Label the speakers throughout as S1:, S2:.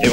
S1: If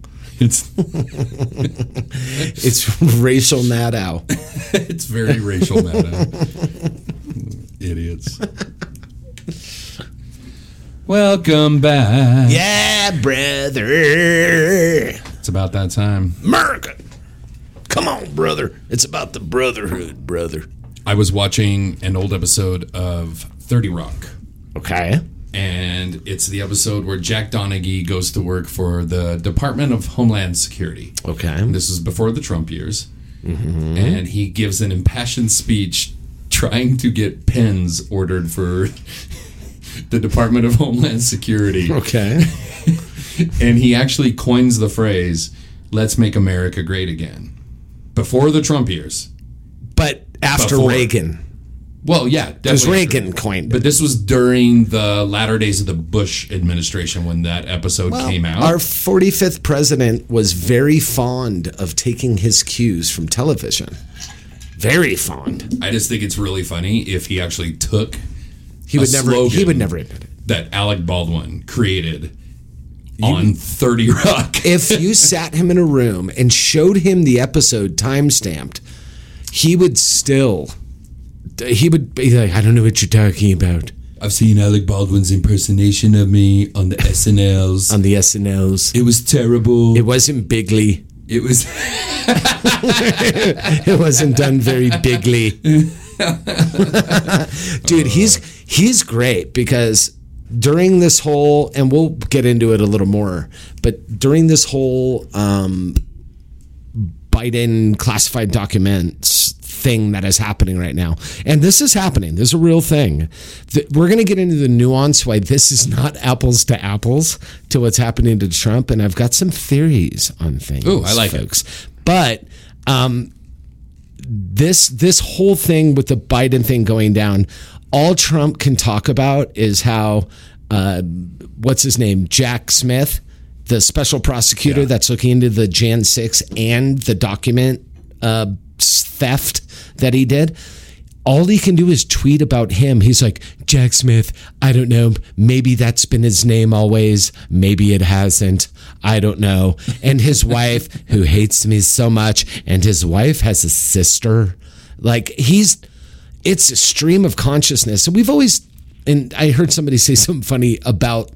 S2: It's
S3: It's racial now.
S2: it's very racial, man. Idiots. Welcome back.
S3: Yeah, Ah, brother.
S2: It's about that time.
S3: America. Come on, brother. It's about the brotherhood, brother.
S2: I was watching an old episode of 30 Rock,
S3: Okay.
S2: and it's the episode where Jack Donaghy goes to work for the Department of Homeland Security.
S3: Okay.
S2: This is before the Trump years. And he gives an impassioned speech trying to get pens ordered for the Department of Homeland Security.
S3: Okay.
S2: and he actually coins the phrase "Let's make America great again." Before the Trump years,
S3: But after
S2: Before.
S3: Reagan,
S2: well, yeah,
S3: because
S2: definitely
S3: Reagan
S2: after-
S3: coined
S2: But
S3: it.
S2: this was during the latter days of the Bush administration when that episode came out.
S3: Our 45th president was very fond of taking his cues from television. Very fond.
S2: I just think it's really funny if he actually took
S3: He
S2: A
S3: would never. He
S2: slogan.
S3: would never admit it.
S2: that Alec Baldwin created on Thirty Rock.
S3: if you sat him in a room and showed him the episode time stamped, he would still he would be like, I don't know what you're talking about
S2: I've seen Alec Baldwin's impersonation of me on the SNLs.
S3: on the SNLs.
S2: it was terrible.
S3: Um, It wasn't bigly.
S2: it was.
S3: It wasn't done very bigly. Dude, he's he's great because during this whole and we'll get into it a little more, but during this whole um Biden classified documents thing that is happening right now. And this is happening. This is a real thing. Th- We're going to get into the nuance why this is not apples to apples to what's happening to Trump. And I've got some theories on things.
S2: Ooh, I like it.
S3: folks. But um, this this whole thing with the Biden thing going down, all Trump can talk about is how uh, what's his name, Jack Smith, the special prosecutor that's looking into the Jan six and the document uh, theft that he did. All he can do is tweet about him. He's like, Jack Smith, I don't know. Maybe that's been his name always. Maybe it hasn't. I don't know. And his wife, who hates me so much, and his wife has a sister. Like, he's, it's a stream of consciousness. And we've always, and I heard somebody say something funny about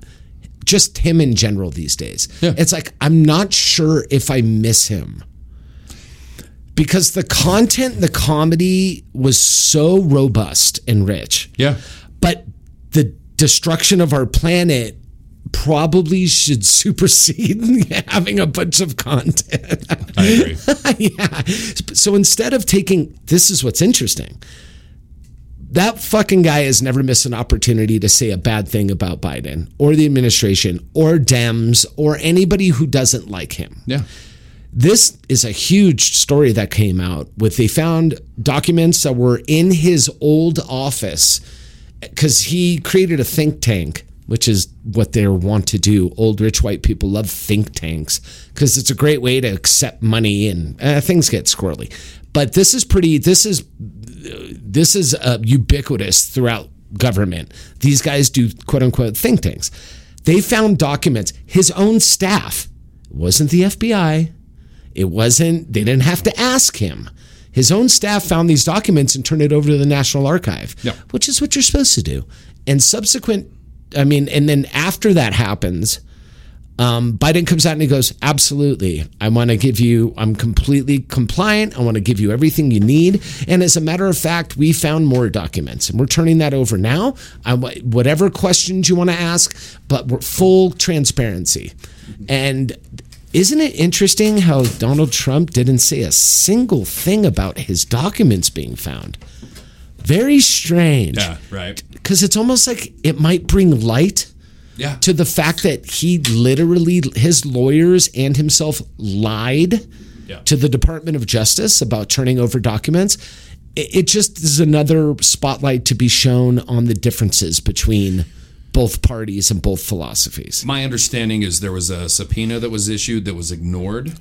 S3: just him in general these days. It's like, I'm not sure if I miss him because the content, the comedy was so robust and rich.
S2: yeah.
S3: But the destruction of our planet probably should supersede having a bunch of content.
S2: I agree.
S3: yeah. So instead of taking, this is what's interesting. That fucking guy has never missed an opportunity to say a bad thing about Biden or the administration or Dems or anybody who doesn't like him
S2: Yeah.
S3: this is a huge story that came out with they found documents that were in his old office because he created a think tank which is what they want to do old rich white people love think tanks because it's a great way to accept money and uh, things get squirrely but this is pretty this is this is uh, ubiquitous throughout government. These guys do quote unquote think tanks. They found documents. His own staff it wasn't the FBI. It wasn't. They didn't have to ask him. His own staff found these documents and turned it over to the National Archive,
S2: Yeah.
S3: which is what you're supposed to do. And subsequent, I mean, and then after that happens, Um, Biden comes out and he goes, Absolutely. I want to give you, I'm completely compliant. I want to give you everything you need. And as a matter of fact, we found more documents and we're turning that over now. I, wa- whatever questions you want to ask, but we're full transparency. And isn't it interesting how Donald Trump didn't say a single thing about his documents being found? Very strange.
S4: Yeah, right.
S3: Because it's almost like it might bring light
S4: Yeah.
S3: to the fact that he literally his lawyers and himself lied
S4: Yeah.
S3: to the Department of Justice about turning over documents. It, it just is another spotlight to be shown on the differences between both parties and both philosophies.
S4: My understanding is there was a subpoena that was issued that was ignored,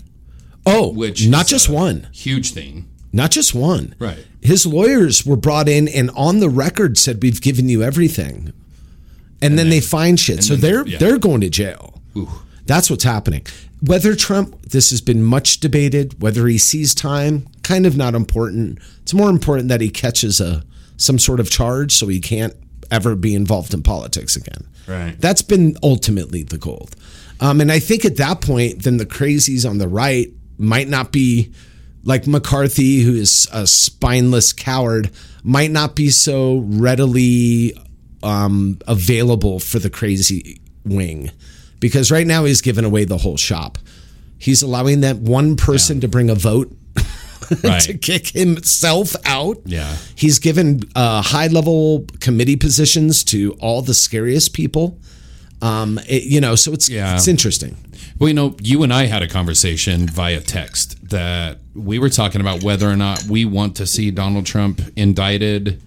S3: Oh,
S4: which
S3: not
S4: is
S3: just
S4: a
S3: one,
S4: huge thing.
S3: not just one.
S4: Right.
S3: His lawyers were brought in and on the record said we've given you everything. And, then, they find shit. So
S4: then-
S3: they're
S4: yeah.
S3: they're going to jail. That's what's happening. Whether Trump this has been much debated, whether he sees time, kind of not important. It's more important that he catches a some sort of charge so he can't ever be involved in politics again.
S4: Right.
S3: That's been ultimately the goal. Um, and I think at that point, then the crazies on the right might not be like McCarthy, who is a spineless coward, might not be so readily um, available for the crazy wing because right now he's giving away the whole shop. He's allowing that one person to bring a vote to
S4: Right.
S3: kick himself out.
S4: Yeah.
S3: He's given uh, high level committee positions to all the scariest people. Um, it- you know, so it's
S4: Yeah.
S3: it's interesting.
S4: Well, you know, you and I had a conversation via text that we were talking about whether or not we want to see Donald Trump indicted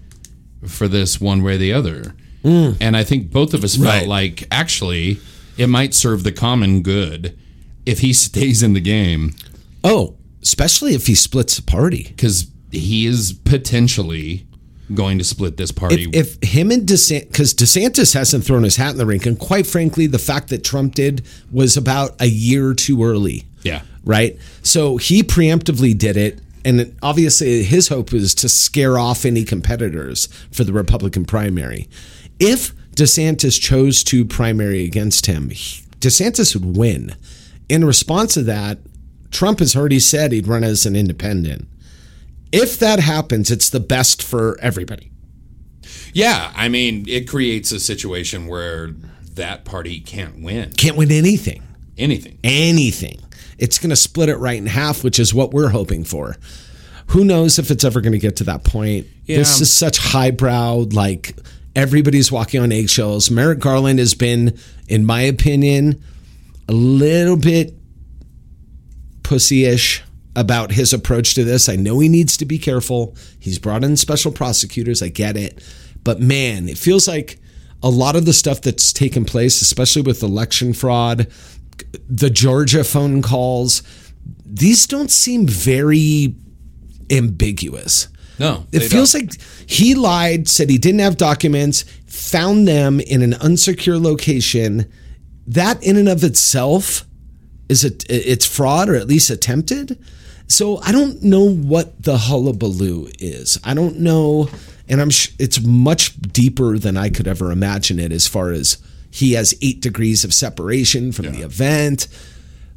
S4: for this one way or the other. And I think both of us felt
S3: Hmm. Right.
S4: like actually it might serve the common good if he stays in the game
S3: Oh, especially if he splits a party.
S4: because he is potentially going to split this party.
S3: If, if him and DeSantis, because DeSantis hasn't thrown his hat in the ring, and quite frankly, the fact that Trump did was about a year too early.
S4: yeah.
S3: right? So he preemptively did it. And it- obviously, his hope is to scare off any competitors for the Republican primary. If DeSantis chose to primary against him, he- DeSantis would win. In response to that, Trump has already said he'd run as an independent. If that happens, it's the best for everybody.
S4: Yeah. I mean, it creates a situation where that party can't win
S3: Can't win anything.
S4: anything.
S3: anything. It's going to split it right in half, which is what we're hoping for. Who knows if it's ever going to get to that point? This
S4: Yeah.
S3: is such highbrow, like everybody's walking on eggshells. Merrick Garland has been, in my opinion, a little bit pussy-ish about his approach to this. I know he needs to be careful. He's brought in special prosecutors. I get it. But man, it feels like a lot of the stuff that's taken place, especially with election fraud, the Georgia phone calls, these don't seem very ambiguous.
S4: No.
S3: It
S4: they
S3: feels
S4: don't.
S3: like he lied, said he didn't have documents, found them in an unsecure location. That in and of itself is it it's fraud or at least attempted. So I don't know what the hullabaloo is. I don't know, and I'm sh- it's much deeper than I could ever imagine it. As far as he has eight degrees of separation from the event,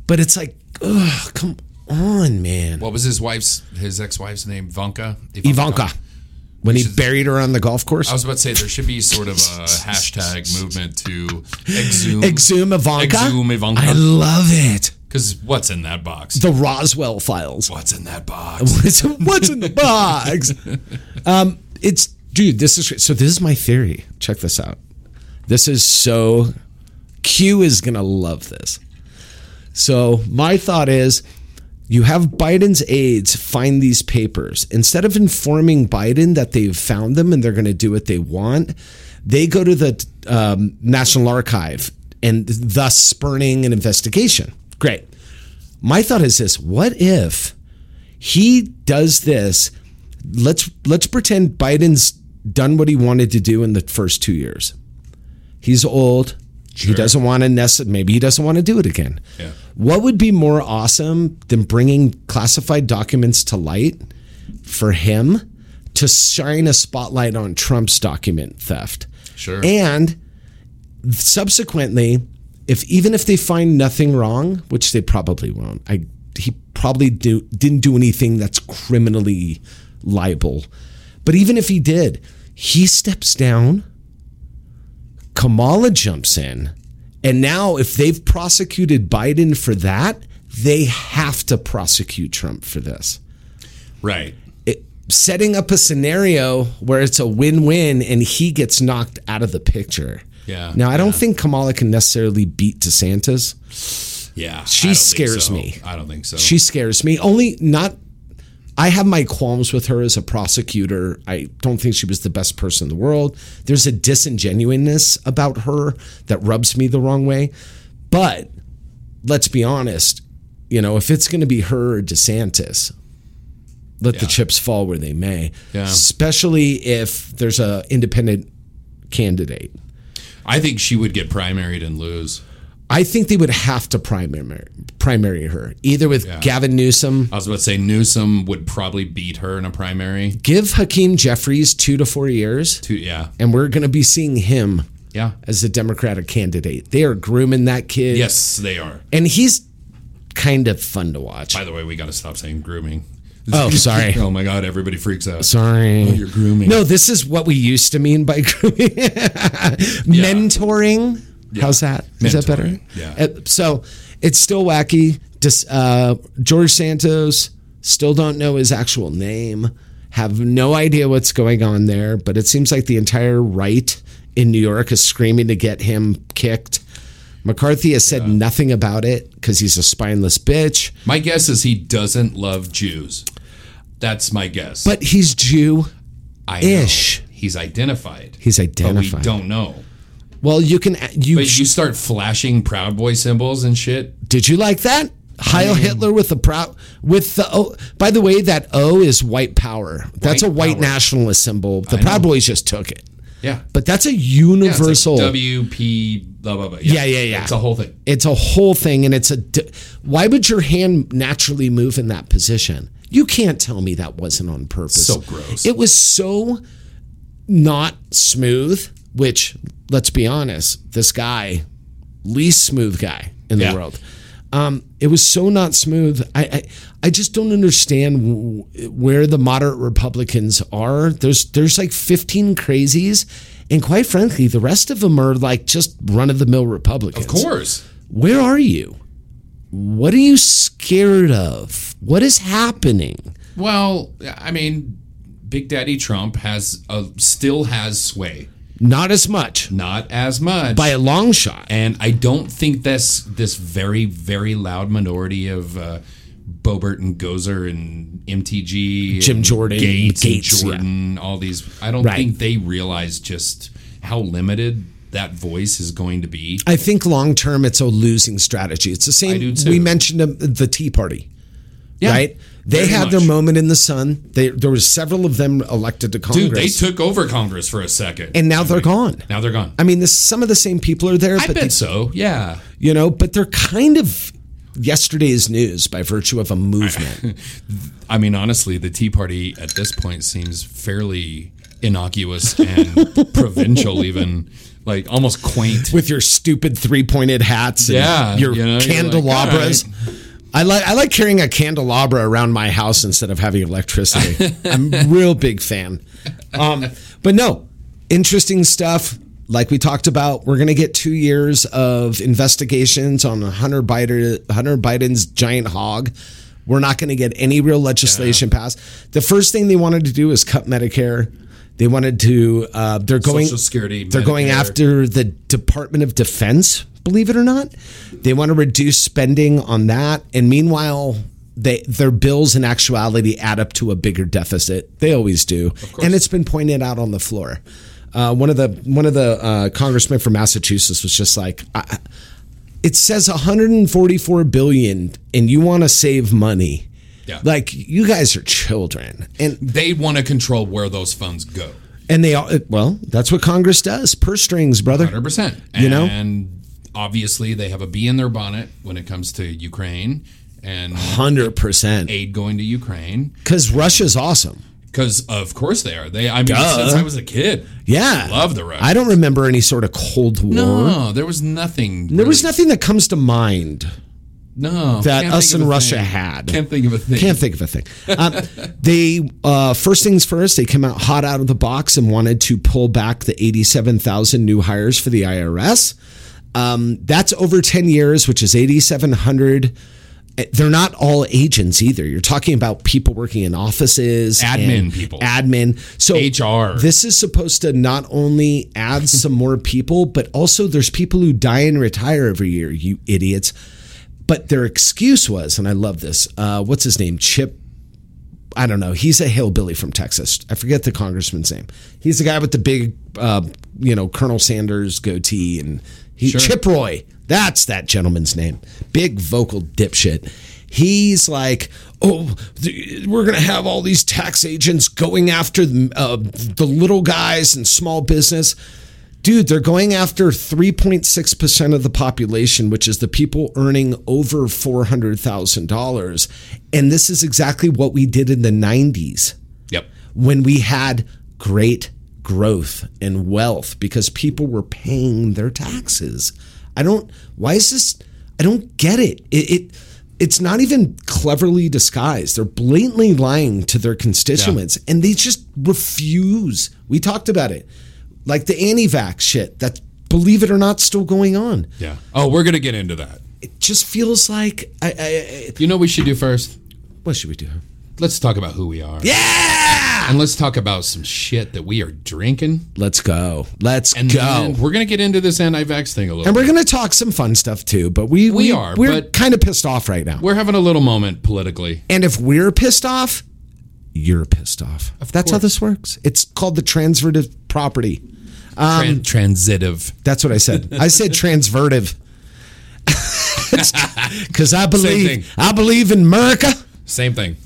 S3: but it's like, ugh, come on, man.
S4: What was his wife's his ex wife's name? Ivanka.
S3: Ivanka. When he
S4: Which is-
S3: buried her on the golf course.
S4: I was about to say there should be sort of a hashtag movement to exhume
S3: Exhume Ivanka.
S4: Exhume
S3: I
S4: Ivanka.
S3: love it.
S4: Because what's in that box?
S3: The Roswell files.
S4: what's in that box?
S3: What's in the box? Um, it's dude. This is so. This is my theory. Check this out. This is so. Q is gonna love this. So my thought is, you have Biden's aides find these papers instead of informing Biden that they've found them and they're going to do what they want. They go to the um, National Archive and thus spurning an investigation. Great. My thought is this: What if? he does this let's let's pretend biden's done what he wanted to do in the first two years he's old he doesn't want to nest maybe he doesn't want to do it again
S4: Yeah.
S3: what would be more awesome than bringing classified documents to light for him to shine a spotlight on trump's document theft
S4: Sure.
S3: and subsequently if even if they find nothing wrong, which they probably won't, I he probably do, didn't do anything that's criminally liable. But even if he did, he steps down. Kamala jumps in. And now, if they've prosecuted Biden for that, they have to prosecute Trump for this.
S4: Right.
S3: It, setting up a scenario where it's a win win and he gets knocked out of the picture.
S4: Yeah,
S3: Now, I don't
S4: yeah.
S3: think Kamala can necessarily beat DeSantis.
S4: Yeah. I
S3: She
S4: don't think
S3: scares
S4: so.
S3: me.
S4: I don't think so.
S3: She scares me. Only not. I have my qualms with her as a prosecutor. I don't think she was the best person in the world. There's a disingenuousness about her that rubs me the wrong way. But let's be honest, you know, if it's going to be her or DeSantis, let the
S4: Yeah.
S3: chips fall where they may.
S4: Yeah.
S3: Especially if there's a independent candidate.
S4: I think she would get primaried and lose.
S3: I think they would have to primary primary her either with Gavin Newsom
S4: I was about to say Newsom would probably beat her in a primary.
S3: give Hakeem Jeffries two to four years,
S4: Two, yeah.
S3: and we're going to be seeing him
S4: Yeah.
S3: as the Democratic candidate. They are grooming that kid.
S4: Yes, they are.
S3: And he's kind of fun to watch.
S4: By the way, we got to stop saying grooming.
S3: Oh, sorry.
S4: oh my God, everybody freaks out.
S3: Sorry.
S4: You're grooming.
S3: No, Oh, this is what we used to mean by grooming. Mentoring. How's that? Is that better?
S4: Mentoring, yeah.
S3: Uh, So it's still wacky. Dis, uh, George Santos still don't know his actual name. Have no idea what's going on there. But it seems like the entire right in New York is screaming to get him kicked. McCarthy has said nothing about it because he's a spineless bitch.
S4: My guess is he doesn't love Jews. That's my guess.
S3: But he's Jew.
S4: I
S3: ish.
S4: know. He's identified.
S3: He's
S4: But
S3: identified.
S4: we don't know.
S3: Well, you can you,
S4: But you start flashing Proud Boy symbols and shit.
S3: Did you like that? Heil Hitler with the proud with the O. By the way, that O is white power. That's
S4: White
S3: a white
S4: power.
S3: nationalist symbol. The Proud Boys just took it,
S4: Yeah.
S3: but that's a
S4: Yeah, it's like
S3: universal.
S4: WP blah blah blah.
S3: Yeah, yeah, yeah.
S4: It's a whole thing.
S3: it's a whole thing, and it's a. d- Why would your hand naturally move in that position? You can't tell me that wasn't on purpose.
S4: So gross.
S3: It was so not smooth. Which, let's be honest, this guy, least smooth guy in the
S4: Yeah.
S3: world. Um, it was so not smooth. I, I I just don't understand w- where the moderate Republicans are. There's there's like 15 crazies, and quite frankly, the rest of them are like just run of the mill Republicans.
S4: Of course.
S3: Where are you? What are you scared of? What is happening?
S4: Well, I mean, Big Daddy Trump has a, still has sway,
S3: Not as much
S4: not as much.
S3: by a long shot.
S4: and I don't think this this very very loud minority of uh, Bobert and Gozer and MTG,
S3: Jim
S4: and
S3: Jordan,
S4: Gates,
S3: Gates, yeah.
S4: and Jordan, all these. I don't
S3: Right.
S4: think they realize just how limited that voice is going to be.
S3: I think long term, it's a losing strategy. It's the same.
S4: I do too.
S3: We mentioned um, the Tea Party.
S4: Yeah,
S3: right? They
S4: very
S3: had their
S4: much.
S3: moment in the sun. They, there was several of them elected to Congress,
S4: Dude, they took over Congress for a second,
S3: and now they're gone.
S4: now they're gone.
S3: I mean, this, some of the same people are there,
S4: I
S3: but
S4: bet
S3: they,
S4: so. Yeah,
S3: you know, but they're kind of yesterday's news by virtue of a movement.
S4: I mean, honestly, the Tea Party at this point seems fairly innocuous and provincial, even like almost quaint.
S3: with your stupid three pointed hats, and
S4: Yeah,
S3: your
S4: you know, you're like,
S3: candelabras. I like I like carrying a candelabra around my house instead of having electricity. I'm a real big fan. Um, but no, interesting stuff. Like we talked about, we're gonna get two years of investigations on Hunter Biden, Hunter Biden's giant hog. We're not gonna get any real legislation passed. The first thing they wanted to do is cut Medicare. They wanted to. Uh, they're going
S4: Social Security,
S3: They're going
S4: Medicare.
S3: after after the Department of Defense, believe it or not. They want to reduce spending on that. And meanwhile, they, their bills in actuality add up to a bigger deficit. They always do. And it's been pointed out on the floor. Uh, one of the one of the uh, congressmen from Massachusetts was just like, I, "It says 144 billion, and you want to save money.
S4: Yeah.
S3: Like you guys are children." And
S4: they want to control where those funds go,
S3: and they all well, that's what Congress does. Purse strings, brother.
S4: hundred percent.
S3: You know?
S4: and obviously they have a bee in their bonnet when it comes to Ukraine and
S3: Hundred percent.
S4: aid going to Ukraine.
S3: Because Russia's awesome.
S4: Because of course they are. They. I mean,
S3: Duh.
S4: since I was a kid,
S3: Yeah.
S4: love the Rush.
S3: I don't remember any sort of Cold War.
S4: No, there was nothing.
S3: There was nothing that comes to mind.
S4: No,
S3: that
S4: can't
S3: us
S4: think of
S3: and
S4: a
S3: Russia
S4: thing.
S3: had.
S4: Can't think of a thing.
S3: Can't think of a thing. Um, they uh, first things first. They come out hot out of the box and wanted to pull back the eighty-seven thousand new hires for the IRS. Um, that's over ten years, which is eighty-seven hundred. Eh, They're not all agents either. You're talking about people working in offices,
S4: Admin
S3: and
S4: people.
S3: admin. So
S4: HR.
S3: This is supposed to not only add some more people, but also there's people who die and retire every year. You idiots. But their excuse was, and I love this. Uh, what's his name? Chip. I don't know. He's a hillbilly from Texas. I forget the congressman's name. He's the guy with the big, uh, you know, Colonel Sanders goatee, and he Chip Roy. That's that gentleman's name. Big vocal dipshit. He's like, oh, th- we're gonna have all these tax agents going after the, uh, the little guys and small business. Dude, they're going after 3.6% of the population, which is the people earning over $400,000. And this is exactly what we did in the 90s
S4: Yep.
S3: when we had great growth and wealth because people were paying their taxes. I don't why is this I don't get it. It, it it's not even cleverly disguised. They're blatantly lying to their constituents and they just refuse. We talked about it. Like the anti-vax shit that believe it or not still going on.
S4: Yeah. Oh, we're gonna get into that.
S3: It just feels like I, I, I
S4: You know, what we should do first.
S3: what should we do?
S4: Let's talk about who we are.
S3: Yeah!
S4: And let's talk about some shit that we are drinking.
S3: Let's go. Let's
S4: And
S3: go.
S4: then we're gonna get into this anti-vax thing a little.
S3: And we're
S4: bit.
S3: going to talk some fun stuff too, but we
S4: We
S3: we,
S4: are,
S3: we're
S4: but-
S3: kind of pissed off right now.
S4: We're having a little moment politically.
S3: And if we're pissed off, you're pissed off. That's how
S4: course.
S3: this works. It's called the transvertive property. Um,
S4: Tran- transitive.
S3: That's what I said. I said transvertive because I
S4: thing.
S3: believe I believe in America
S4: Same thing.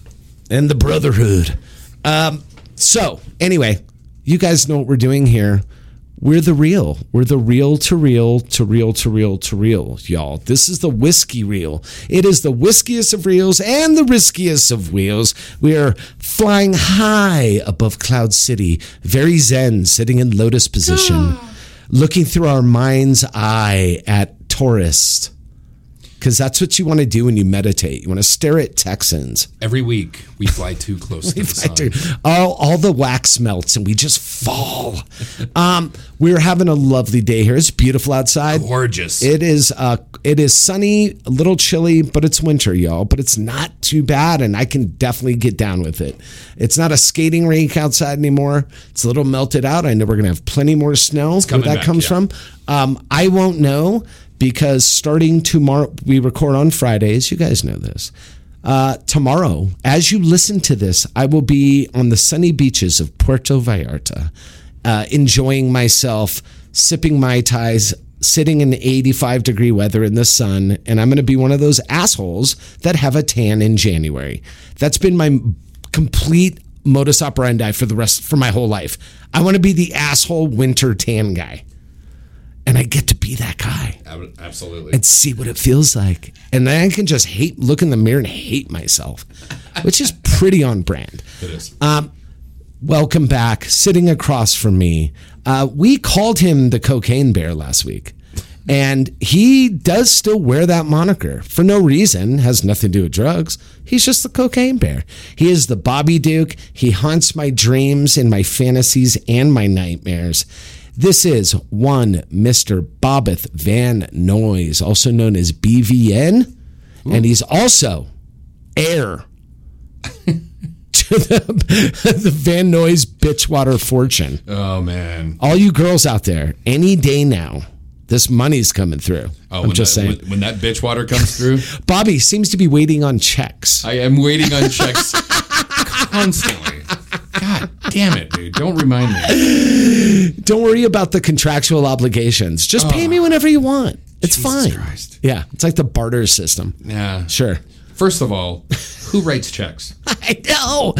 S3: and the brotherhood. Um, so anyway, you guys know what we're doing here. We're the real. We're the real to real to real to real to real, y'all. This is the whiskey reel. It is the whiskiest of reels and the riskiest of wheels. We are flying high above Cloud City, very zen, sitting in lotus position, looking through our mind's eye at tourists. Because that's what you want to do when you meditate. You want to stare at Texans.
S4: Every week we fly too close to the
S3: I
S4: sun.
S3: do. All, all the wax melts and we just fall. Um, we're having a lovely day here. It's beautiful outside.
S4: Gorgeous.
S3: It is uh, it is sunny, a little chilly, but it's winter, y'all. But it's not too bad, and I can definitely get down with it. It's not a skating rink outside anymore. It's a little melted out. I know we're gonna have plenty more snow. Where
S4: coming
S3: that
S4: back,
S3: comes
S4: yeah.
S3: from, um, I won't know because starting tomorrow, we record on Fridays. You guys know this. Uh, tomorrow, as you listen to this, I will be on the sunny beaches of Puerto Vallarta, uh, enjoying myself, sipping mai tais, sitting in 85 degree weather in the sun, and I'm going to be one of those assholes that have a tan in January. That's been my m- complete modus operandi for the rest for my whole life. I want to be the asshole winter tan guy. And I get to be that guy
S4: Ab- Absolutely.
S3: and see what it feels like. And then I can just hate, look in the mirror and hate myself, which is pretty on brand.
S4: it is.
S3: Welcome back, sitting across from me. Uh, we called him the cocaine bear last week. And he does still wear that moniker for no reason, has nothing to do with drugs. He's just the cocaine bear. He is the Bobby Duke. He haunts my dreams and my fantasies and my nightmares. This is one Mr. Bobbeth Van Noyes, also known as BVN. And he's also heir to the, the Van Noyes Bitchwater fortune.
S4: oh man.
S3: All you girls out there, any day now, this money's coming through.
S4: Oh,
S3: I'm
S4: when
S3: just
S4: that,
S3: saying.
S4: When, when that bitch water comes through,
S3: Bobby seems to be waiting on checks.
S4: I am waiting on checks constantly. God damn it, dude! Don't remind me.
S3: Don't worry about the contractual obligations. Just pay me whenever you want. It's fine.
S4: Oh. Christ.
S3: Yeah, it's like the barter system.
S4: Yeah.
S3: Sure.
S4: First of all, who writes checks?
S3: I know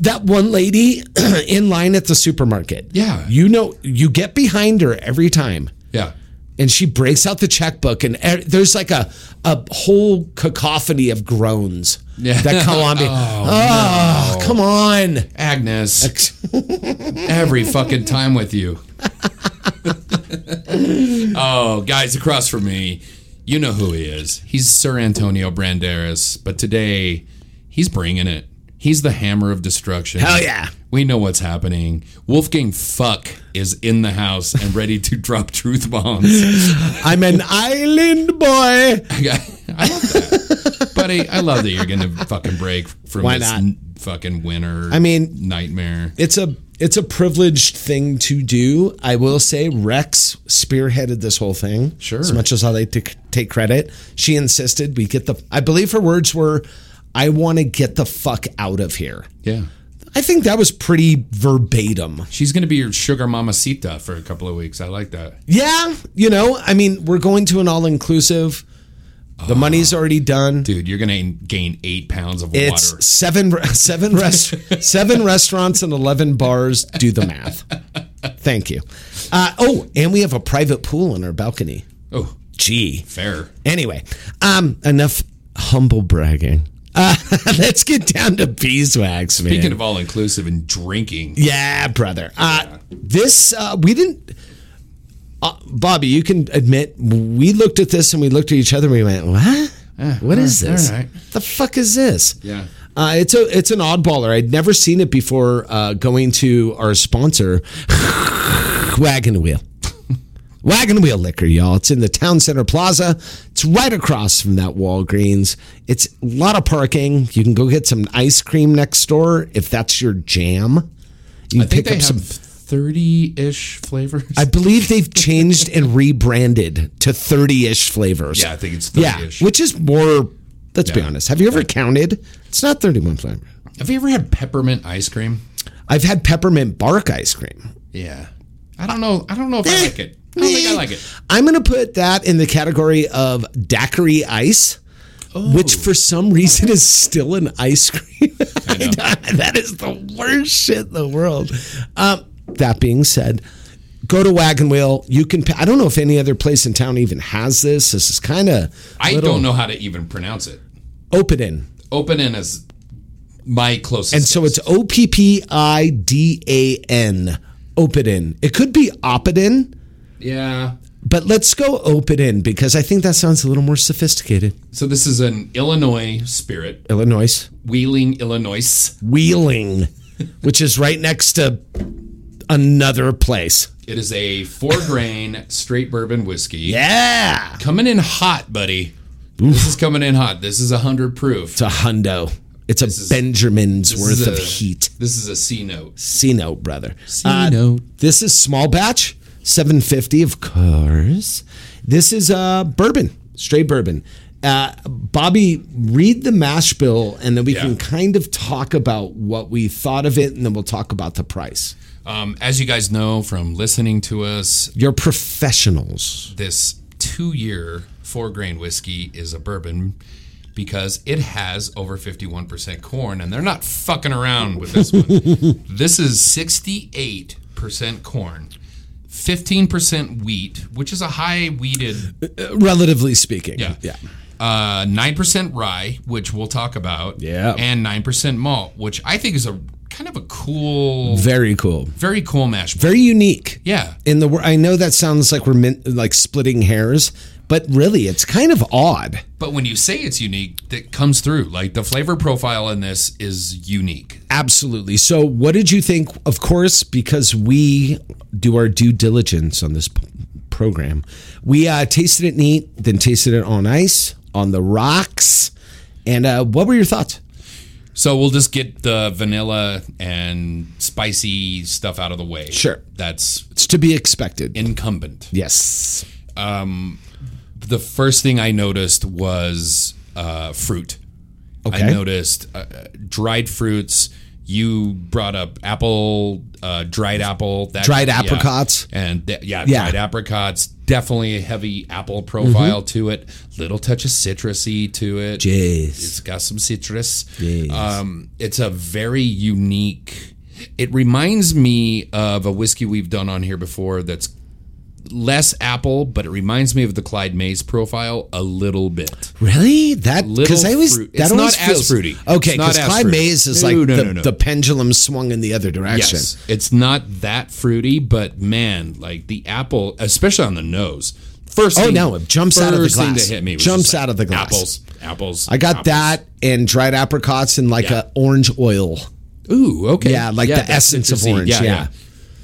S3: that one lady in line at the supermarket.
S4: Yeah.
S3: You know, you get behind her every time.
S4: Yeah.
S3: and she breaks out the checkbook, and er- there's like a a whole cacophony of groans
S4: Yeah.
S3: that come on me. oh, come on.
S4: Agnes, every fucking time with you. oh, guys across from me, you know who he is. He's Sir Antonio Banderas, but today he's bringing it. He's the hammer of destruction.
S3: Hell yeah.
S4: We know what's happening. Wolfgang Fuck is in the house and ready to drop truth bombs.
S3: I'm an island boy.
S4: I love that. Buddy, I love that you're going to fucking break from
S3: Why
S4: this
S3: not?
S4: n- fucking winter
S3: I mean,
S4: nightmare.
S3: It's a it's a privileged thing to do. I will say Rex spearheaded this whole thing.
S4: Sure.
S3: As much as I like to c- take credit, she insisted we get the I believe her words were I want to get the fuck out of here.
S4: Yeah.
S3: I think that was pretty verbatim.
S4: She's gonna be your sugar mamacita for a couple of weeks. I like that.
S3: Yeah, you know, I mean, we're going to an all-inclusive. The money's
S4: Ah.
S3: already done.
S4: Dude, you're gonna gain eight pounds of
S3: It's
S4: water.
S3: seven seven rest seven restaurants and eleven bars. Do the math. Thank you. Uh, oh, and we have a private pool on our balcony.
S4: Oh,
S3: Gee.
S4: fair.
S3: Anyway, um, enough humble bragging. Uh, let's get down to beeswax, man.
S4: Speaking of all inclusive and drinking,
S3: yeah, brother. Uh, this uh, we didn't. Uh, Bobby, you can admit we looked at this and we looked at each other and we went, "What? what is
S4: all
S3: this?
S4: right.
S3: The fuck is this?"
S4: yeah,
S3: Uh, it's a it's an oddballer. I'd never seen it before. Uh, going to our sponsor, Wagon Wheel, Wagon Wheel Liquor, y'all. It's in the Town Center Plaza. It's right across from that Walgreens. It's a lot of parking. You can go get some ice cream next door if that's your jam. You
S4: I
S3: can
S4: think
S3: pick
S4: they
S3: up
S4: have
S3: some.
S4: thirty-ish flavors.
S3: I believe they've changed and rebranded to thirty-ish flavors.
S4: yeah, I think it's
S3: yeah,
S4: thirty-ish.
S3: which is more. Let's be
S4: Yeah.
S3: honest. Have you ever counted? It's not thirty-one flavors.
S4: have you ever had peppermint ice cream?
S3: I've had peppermint bark ice cream.
S4: Yeah, I don't know. I don't know if
S3: Eh.
S4: I like it. I don't think I like it.
S3: I'm going to put that in the category of daiquiri ice, which for some reason is still an ice cream. that is the worst shit in the world. Um, that being said, go to Wagon Wheel. You can. I don't know if any other place in town even has this. This is kind of
S4: I don't know how to even pronounce it.
S3: open in.
S4: Open in is my closest.
S3: And so it's O P P I D A N. Opidin. It could be Opidin,
S4: yeah.
S3: but let's go Opidin because I think that sounds a little more sophisticated.
S4: So this is an Illinois spirit,
S3: Illinois.
S4: Wheeling, Illinois.
S3: Wheeling, which is right next to another place.
S4: It is a four grain straight bourbon whiskey.
S3: Yeah.
S4: Coming in hot, buddy. This is coming in hot. This is a 100 proof.
S3: It's a hundo. It's a
S4: is-
S3: Benjamin's
S4: This is
S3: worth of
S4: a-
S3: heat.
S4: This is a C note.
S3: C note, brother. C
S4: note.
S3: this is small batch, 750, of course. This is uh, bourbon, straight bourbon. Uh, Bobby, read the mash bill, and then we
S4: Yeah.
S3: can kind of talk about what we thought of it, and then we'll talk about the price.
S4: Um, as you guys know from listening to us,
S3: You're professionals.
S4: this two year four grain whiskey is a bourbon because it has over 51% corn, and they're not fucking around with this one. this is 68% corn. 15% wheat, which is a high wheated
S3: Relatively speaking.
S4: Yeah.
S3: Yeah.
S4: uh, 9% rye, which we'll talk about.
S3: Yeah.
S4: And 9% malt, which I think is a kind of a cool,
S3: Very cool.
S4: very cool mash.
S3: Very unique.
S4: yeah.
S3: In the wor- I know that sounds like we're min- like splitting hairs, but really it's kind of odd.
S4: But when you say it's unique, that comes through. Like the flavor profile in this is unique.
S3: Absolutely. So, what did you think? Of course, because we do our due diligence on this p- program, we uh, tasted it neat, then tasted it on ice, on the rocks. And uh, what were your thoughts?
S4: So we'll just get the vanilla and spicy stuff out of the way.
S3: Sure.
S4: That's
S3: It's to be expected.
S4: incumbent.
S3: yes.
S4: The first thing I noticed was uh, fruit. I
S3: Okay.
S4: noticed uh, uh, dried fruits. You brought up apple, uh, dried apple, that,
S3: Dried
S4: yeah.
S3: apricots.
S4: and th- yeah,
S3: Yeah.
S4: dried apricots. Definitely a heavy apple profile
S3: Mm-hmm.
S4: to it. Little touch of citrusy to it. It's
S3: Jeez.
S4: got some citrus.
S3: Yes.
S4: Um, it's a very unique. It reminds me of a whiskey we've done on here before. That's less Apple, but it reminds me of the Clyde Mays profile a little bit.
S3: Really? That
S4: Little
S3: because I always
S4: fruit.
S3: that
S4: It's
S3: always
S4: not as
S3: feels,
S4: fruity.
S3: Okay,
S4: It's not
S3: because
S4: as
S3: Clyde
S4: fruity.
S3: Mays is
S4: No,
S3: like
S4: no,
S3: the,
S4: no, no.
S3: the pendulum swung in the other direction.
S4: Yes, it's not that fruity, but man, like the apple, especially on the nose. First,
S3: Oh,
S4: thing,
S3: no, it jumps out of the
S4: first thing
S3: glass.
S4: that hit me was
S3: Jumps
S4: just like
S3: out of the glass.
S4: Apples, apples.
S3: I
S4: apples.
S3: got that and dried apricots and like
S4: Yeah.
S3: a orange oil.
S4: Ooh, okay.
S3: Yeah, like the
S4: that's
S3: essence of
S4: citrusy.
S3: orange, yeah.
S4: yeah,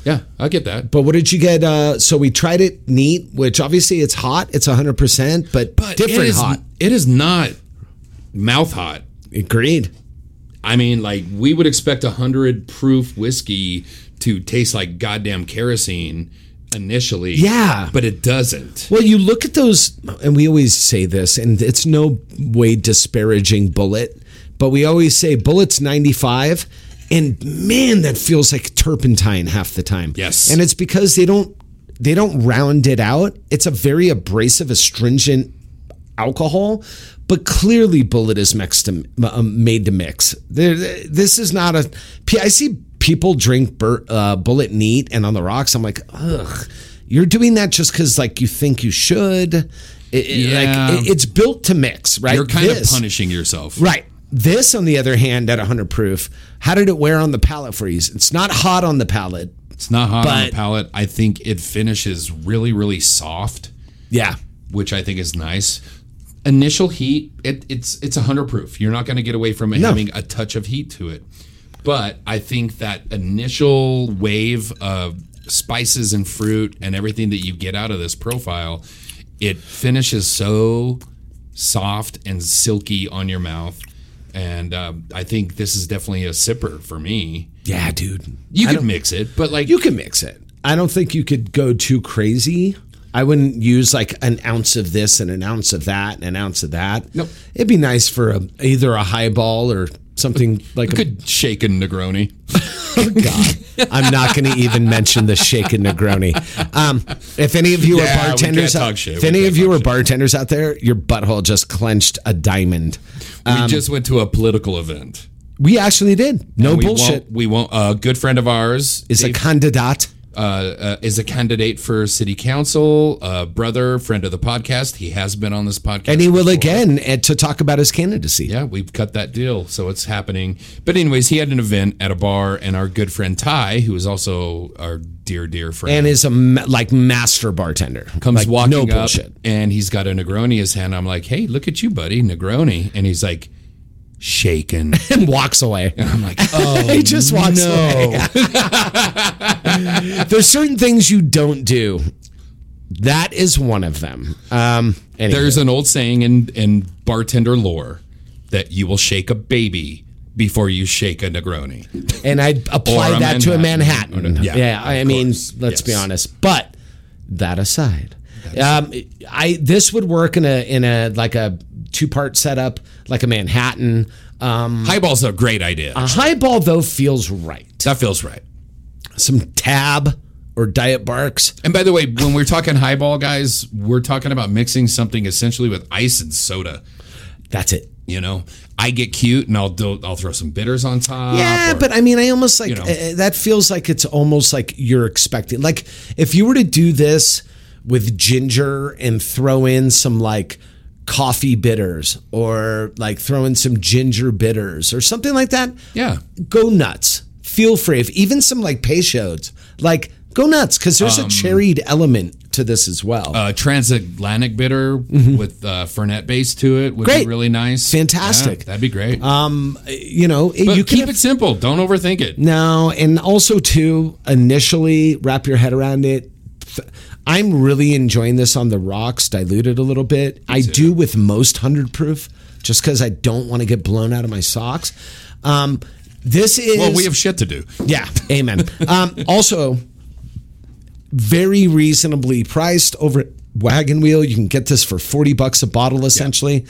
S4: yeah. I get that.
S3: But what did you get? Uh, so we tried it neat, which obviously it's hot. It's 100%, but, different
S4: it is,
S3: hot.
S4: It is not mouth hot.
S3: Agreed.
S4: I mean, like we would expect a hundred proof whiskey to taste like goddamn kerosene initially.
S3: Yeah.
S4: but it doesn't.
S3: Well, you look at those, and we always say this, and it's no way disparaging Bullet, but we always say Bullet's 95, and man, that feels like turpentine half the time.
S4: Yes.
S3: and it's because they don't they don't round it out. It's a very abrasive, astringent alcohol, but clearly Bullet is mixed to, um, made to mix. There, this is not a. P- I see people drink bur, uh, Bullet neat and on the rocks. I'm like, ugh, you're doing that just because like you think you should. It- it- like,
S4: Yeah.
S3: it- it's built to mix, right?
S4: You're kind
S3: This-
S4: of punishing yourself,
S3: Right. This, on the other hand, at 100 proof, how did it wear on the palate for you? It's not hot on the palate.
S4: It's not hot on the
S3: But-
S4: palate. I think it finishes really, really soft,
S3: Yeah.
S4: which I think is nice. Initial heat, it, it's it's a hundred proof. You're not going to get away from it
S3: No.
S4: having a touch of heat to it. But I think that initial wave of spices and fruit and everything that you get out of this profile, it finishes so soft and silky on your mouth. And um, I think this is definitely a sipper for me.
S3: Yeah, dude.
S4: You
S3: I
S4: could
S3: don't-
S4: mix it, but like
S3: You can mix it. I don't think you could go too crazy. I wouldn't use like an ounce of this and an ounce of that and an ounce of that.
S4: Nope.
S3: It'd be nice for a, either a highball or something like a
S4: Good shaken Negroni.
S3: God. I'm not going to even mention the shaken Negroni. Um, if any of you
S4: Yeah, we
S3: are bartenders,
S4: can't
S3: out,
S4: talk shit.
S3: if
S4: We
S3: any
S4: can't
S3: of you
S4: talk
S3: are
S4: shit.
S3: bartenders out there, your butthole just clenched a diamond.
S4: We
S3: Um,
S4: just went to a political event.
S3: We actually did. No
S4: we
S3: bullshit.
S4: Won't, we won't. A good friend of ours
S3: Is a
S4: Dave,
S3: candidat.
S4: uh, uh, is a candidate for city council. A brother, friend of the podcast. He has been on this podcast,
S3: And he will
S4: before.
S3: again eh, to talk about his candidacy.
S4: Yeah, we've cut that deal, so it's happening. But anyways, he had an event at a bar, and our good friend Ty, who is also our dear, dear friend,
S3: and is a ma- like master bartender.
S4: comes
S3: like,
S4: walking
S3: no
S4: up
S3: bullshit.
S4: and he's got a Negroni in his hand. I'm like, hey, look at you, buddy, Negroni, and he's like, shaken.
S3: and walks away.
S4: I'm like, oh,
S3: he just walks
S4: no.
S3: away. There's certain things you don't do. That is one of them. Um, anyway.
S4: There's an old saying in, in bartender lore that you will shake a baby before you shake a Negroni.
S3: and I'd apply
S4: Or a
S3: that to a
S4: Manhattan.
S3: Manhattan.
S4: Or-
S3: yeah,
S4: yeah,
S3: I
S4: of
S3: mean,
S4: course.
S3: let's be
S4: Yes.
S3: honest. But that aside, um, I this would work in a in a like a two part setup, like a Manhattan. Um,
S4: Highball's a great idea.
S3: a highball though feels right.
S4: That feels right.
S3: Some tab or diet barks.
S4: And by the way, when we're talking highball, guys, we're talking about mixing something essentially with ice and soda.
S3: That's it.
S4: You know, I get cute and I'll do, I'll throw some bitters on top.
S3: Yeah,
S4: or-
S3: but I mean, I almost like
S4: you know.
S3: uh, that feels like it's almost like you're expecting. Like if you were to do this with ginger and throw in some like coffee bitters or like throw in some ginger bitters or something like that.
S4: yeah,
S3: Go nuts. Feel free. If even some like peychaud's, like go nuts because there's a cherried element to this as well.
S4: a transatlantic bitter with uh, fernet base to it would
S3: Mm-hmm. Great.
S4: be really nice.
S3: Fantastic.
S4: Yeah, that'd be great.
S3: you know,
S4: but
S3: you can
S4: keep it simple. Don't overthink it.
S3: No, and also too, initially wrap your head around it. Th- I'm really enjoying this on the rocks, diluted a little bit. I do with most hundred proof, just because I don't want to get blown out of my socks. Um, this is
S4: Well, we have shit to do.
S3: yeah, amen. um, also, very reasonably priced over at Wagon Wheel. You can get this for 40 bucks a bottle essentially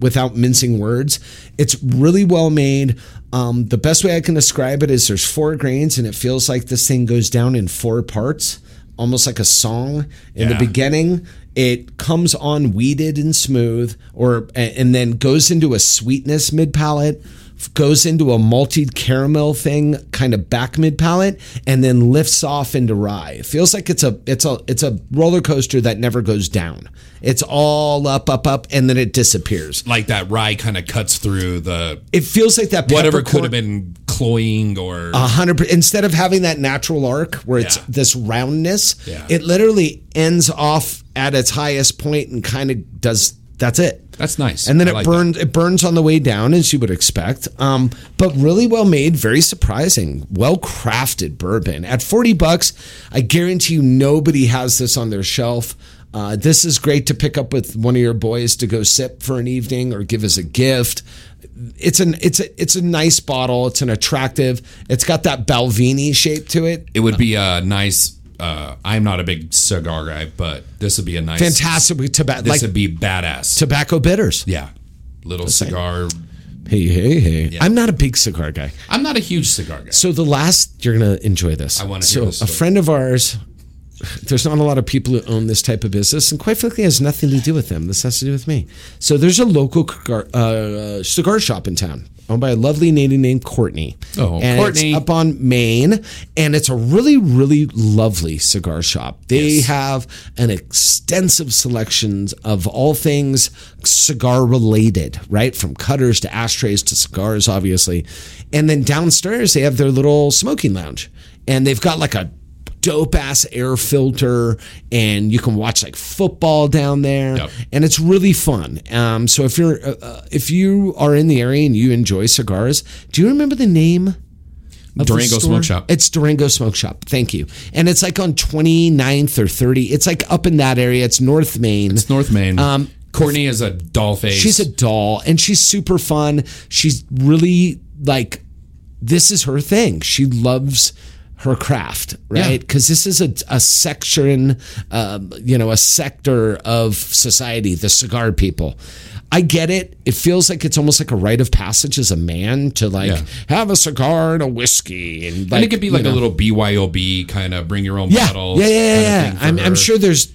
S3: without mincing words. It's really well made. Um, the best way I can describe it is there's four grains and it feels like this thing goes down in four parts, almost like a song. In
S4: Yeah.
S3: the beginning, it comes on weeded and smooth or a- and then goes into a sweetness mid palate. goes into a malted caramel thing, kind of back mid palate, and then lifts off into rye. It feels like it's a it's a it's a roller coaster that never goes down. It's all up, up, up, and then it disappears.
S4: Like that rye kind of cuts through the
S3: It feels like that
S4: whatever
S3: peppercorn-
S4: could have been cloying or
S3: a hundred per- instead of having that natural arc where it's
S4: Yeah.
S3: this roundness
S4: Yeah.
S3: it literally ends off at its highest point and kind of does that's it
S4: That's nice.
S3: and then
S4: I
S3: it
S4: like
S3: burns it burns on the way down as you would expect um, but really well made very surprising well crafted bourbon at 40 bucks i guarantee you nobody has this on their shelf uh, this is great to pick up with one of your boys to go sip for an evening or give as a gift it's an it's a it's a nice bottle. It's an attractive. It's got that Balvini shape to it.
S4: It would be a nice. Uh, I'm not a big cigar guy, but this would be a nice,
S3: Fantastic with tobacco,
S4: This
S3: like
S4: would be badass.
S3: tobacco bitters.
S4: yeah, little cigar.
S3: Hey, hey, hey! I'm not a big cigar guy.
S4: I'm not a huge cigar guy.
S3: So the last you're gonna enjoy this.
S4: I wanna
S3: to. So
S4: hear this
S3: a
S4: story.
S3: friend of ours. There's not a lot of people who own this type of business, and quite frankly, it has nothing to do with them. This has to do with me. So there's a local cigar, uh, cigar shop in town owned by a lovely lady named Courtney.
S4: Oh,
S3: and
S4: Courtney.
S3: It's up on Maine, and it's a really, really lovely cigar shop. They
S4: Yes.
S3: have an extensive selection of all things cigar related, right? From cutters to ashtrays to cigars, obviously. And then downstairs, they have their little smoking lounge, and they've got like a dope ass air filter and you can watch like football down there
S4: Yep.
S3: and it's really fun um, so if you're uh, uh, if you are in the area and you enjoy cigars do you remember the name of the
S4: Durango
S3: store?
S4: Smoke Shop.
S3: It's Durango Smoke Shop. Thank you. And it's like on 29th or 30. It's like up in that area. It's North Maine.
S4: it's North Main.
S3: Um,
S4: Courtney is a doll face.
S3: She's a doll and she's super fun. She's really like, this is her thing. She loves her craft, right?
S4: Yeah.
S3: Because this is a, a section, um, you know, a sector of society, the cigar people. I get it. It feels like it's almost like a rite of passage as a man to like
S4: Yeah.
S3: have a cigar and a whiskey. And, like,
S4: and it could be
S3: you
S4: like
S3: know.
S4: a little BYOB kind of bring your own
S3: Yeah.
S4: bottle.
S3: yeah, yeah, yeah. yeah.
S4: kind of thing for
S3: I'm, I'm
S4: her.
S3: sure there's,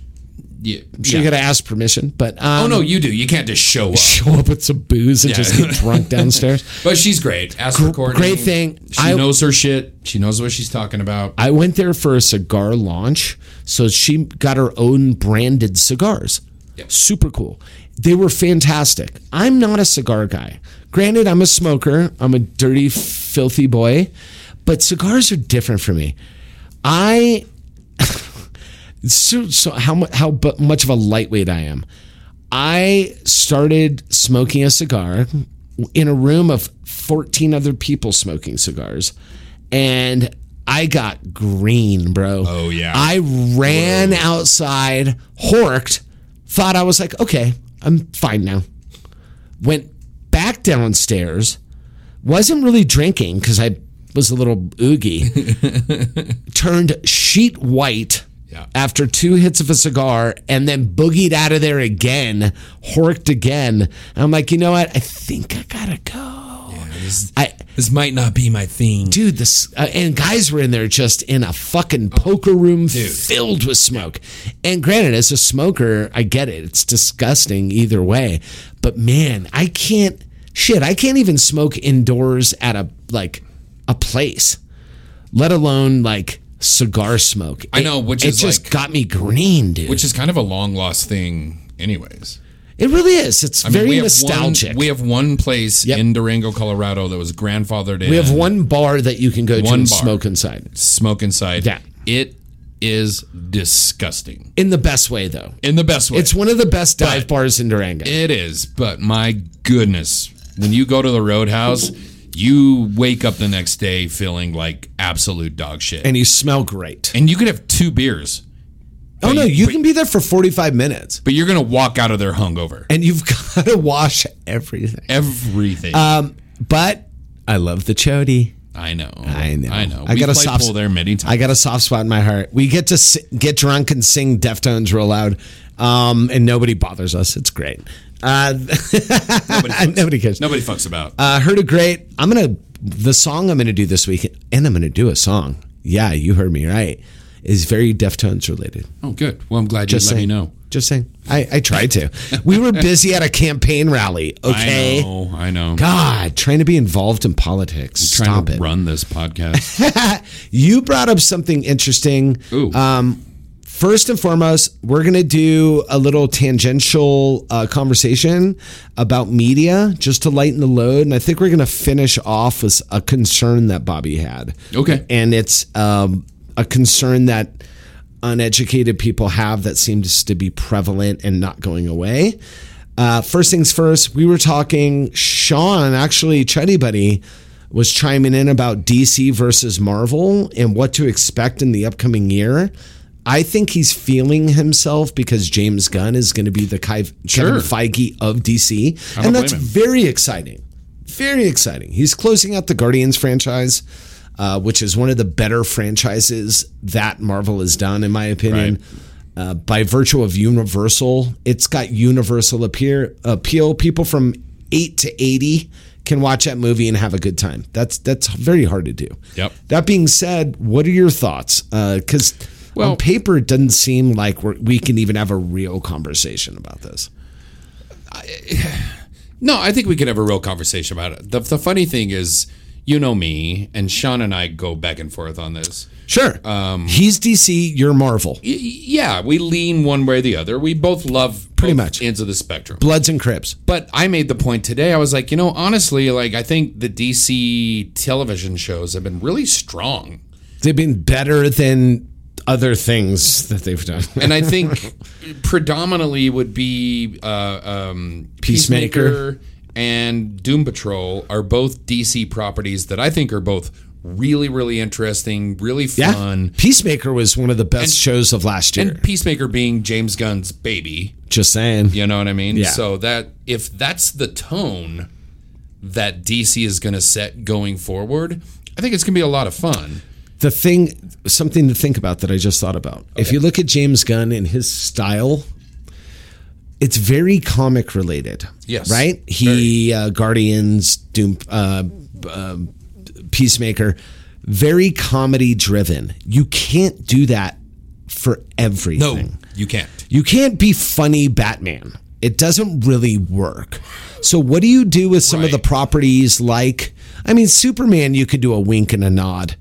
S4: Yeah,
S3: sure
S4: yeah.
S3: you got to ask permission, but. Um,
S4: oh no, you do. You can't just show up.
S3: Show up with some booze and
S4: Yeah.
S3: just get drunk downstairs.
S4: But she's great. Ask for Courtney.
S3: great thing.
S4: She
S3: I-
S4: knows her shit. She knows what she's talking about.
S3: I went there for a cigar launch, so she got her own branded cigars. Super cool. They were fantastic. I'm not a cigar guy. Granted, I'm a smoker. I'm a dirty, filthy boy, but cigars are different for me. I so, so how mu- how bu- much of a lightweight I am. I started smoking a cigar in a room of 14 other people smoking cigars and I got green, bro.
S4: Oh, yeah.
S3: I ran outside, horked, thought I was like, "Okay, I'm fine now." Went back downstairs, wasn't really drinking cuz I was a little oogie. turned sheet white
S4: Yeah.
S3: after two hits of a cigar and then boogied out of there again, horked again. And I'm like, you know what? I think I gotta go. I
S4: This might not be my thing.
S3: dude, this uh, and guys were in there just in a fucking poker room filled with smoke. And granted, as a smoker, I get it; it's disgusting either way. But man, I can't shit. I can't even smoke indoors at a like a place, let alone like cigar smoke.
S4: I know, which
S3: it
S4: is
S3: just
S4: like-
S3: got me green, dude.
S4: Which is kind of a long lost thing, anyways.
S3: it really is. It's
S4: I mean,
S3: very
S4: we have
S3: nostalgic.
S4: One, we have one place
S3: Yep.
S4: in Durango, Colorado that was grandfathered in.
S3: We have one bar that you can go to
S4: One
S3: and
S4: bar.
S3: smoke inside.
S4: smoke inside.
S3: Yeah.
S4: It is disgusting.
S3: In the best way, though.
S4: In the best way.
S3: It's one of the best dive
S4: But-
S3: bars in Durango.
S4: It is, but my goodness, when you go to the roadhouse, you wake up the next day feeling like absolute dog shit. And,
S3: and you smell great.
S4: you could have two beers,
S3: oh no,
S4: you-
S3: you can be there for 45 minutes
S4: but you're going to walk out of there hungover.
S3: and you've got to wash everything.
S4: Everything.
S3: Um, But I love the chody.
S4: I know.
S3: I know.
S4: I know.
S3: I
S4: We've
S3: got a
S4: played
S3: soft
S4: pool there many times.
S3: I got a soft spot in my heart. We get to si- get drunk and sing Deftones real loud, um, and nobody bothers us. It's great. Uh,
S4: Nobody fucks,
S3: nobody cares.
S4: Nobody fucks about.
S3: uh, heard a great. I'm gonna the song I'm gonna do this week, and I'm gonna do a song. Yeah, you heard me right. is very Deftones related.
S4: Oh, good. Well, I'm glad you
S3: Just
S4: let
S3: saying.
S4: me know.
S3: Just saying. I, I tried to. we were busy at a campaign rally. Okay.
S4: I know. I know.
S3: God, trying to be involved in politics.
S4: I'm trying
S3: Stop
S4: to
S3: it.
S4: run this podcast.
S3: You brought up something interesting.
S4: Ooh.
S3: Um, first and foremost, we're going to do a little tangential uh, conversation about media just to lighten the load. And I think we're going to finish off with a concern that Bobby had.
S4: Okay.
S3: And it's um, a concern that uneducated people have that seems to be prevalent and not going away. Uh, first things first, we were talking. Sean, actually, Chuddy Buddy was chiming in about DC versus Marvel and what to expect in the upcoming year. I think he's feeling himself because James Gunn is going to be the Ki-
S4: Sure.
S3: Kevin Feige of DC,
S4: don't
S3: and that's
S4: blame him.
S3: very exciting. Very exciting. He's closing out the Guardians franchise, uh, which is one of the better franchises that Marvel has done, in my opinion.
S4: Right.
S3: Uh, by virtue of Universal, it's got universal appear, appeal. People from eight to eighty can watch that movie and have a good time. That's that's very hard to do.
S4: Yep.
S3: That being said, what are your thoughts? Because
S4: Well-
S3: on paper, it doesn't seem like we're, we can even have a real conversation about this.
S4: no, I think we could have a real conversation about it. The, the funny thing is, you know me, and Sean and I go back and forth on this.
S3: Sure.
S4: Um,
S3: He's DC, you're Marvel.
S4: Y- Yeah, we lean one way or the other. We both love
S3: Pretty
S4: both
S3: much.
S4: ends of the spectrum.
S3: Bloods and Crips.
S4: But I made the point today. I was like, you know, honestly, like I think the DC television shows have been really strong.
S3: They've been better than other things that they've done.
S4: and I think predominantly would be uh, um,
S3: Peacemaker.
S4: Peacemaker and Doom Patrol are both DC properties that I think are both really, really interesting, really
S3: yeah.
S4: fun.
S3: Peacemaker was one of the best
S4: And-
S3: shows of last year.
S4: And Peacemaker being James Gunn's baby,
S3: Just saying.
S4: you know what I mean?
S3: Yeah.
S4: So that if that's the tone that DC is going to set going forward, I think it's going to be a lot of fun.
S3: The thing, something to think about that I just thought about. If you look at James Gunn and his style, it's very comic related.
S4: Yes.
S3: Right? He, uh, Guardians, Doom, uh, um Peacemaker, very comedy driven. You can't do that for
S4: No,
S3: everything.
S4: you can't.
S3: You can't be funny Batman. It doesn't really work. So what do you do with some of the
S4: Right.
S3: properties like I mean Superman you could do a wink and a nod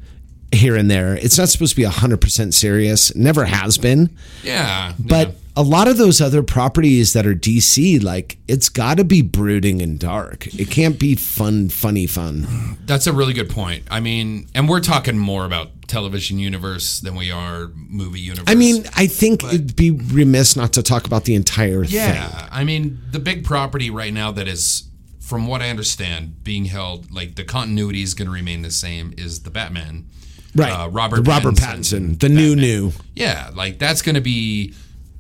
S3: here and there. It's not supposed to be 100% serious. Never has been.
S4: Yeah.
S3: But
S4: yeah.
S3: a lot of those other properties that are DC like it's got to be brooding and dark. It can't be fun funny fun.
S4: That's a really good point. I mean, and we're talking more about television universe than we are movie universe.
S3: I mean, I think it'd be remiss not to talk about the entire
S4: yeah.
S3: thing.
S4: I mean, the big property right now that is, from what I understand, being held like the continuity is going to remain the same is the Batman.
S3: Right.
S4: Uh, Robert
S3: The Robert
S4: Pattinson,
S3: Pattinson, the new new.
S4: Yeah, like that's going to be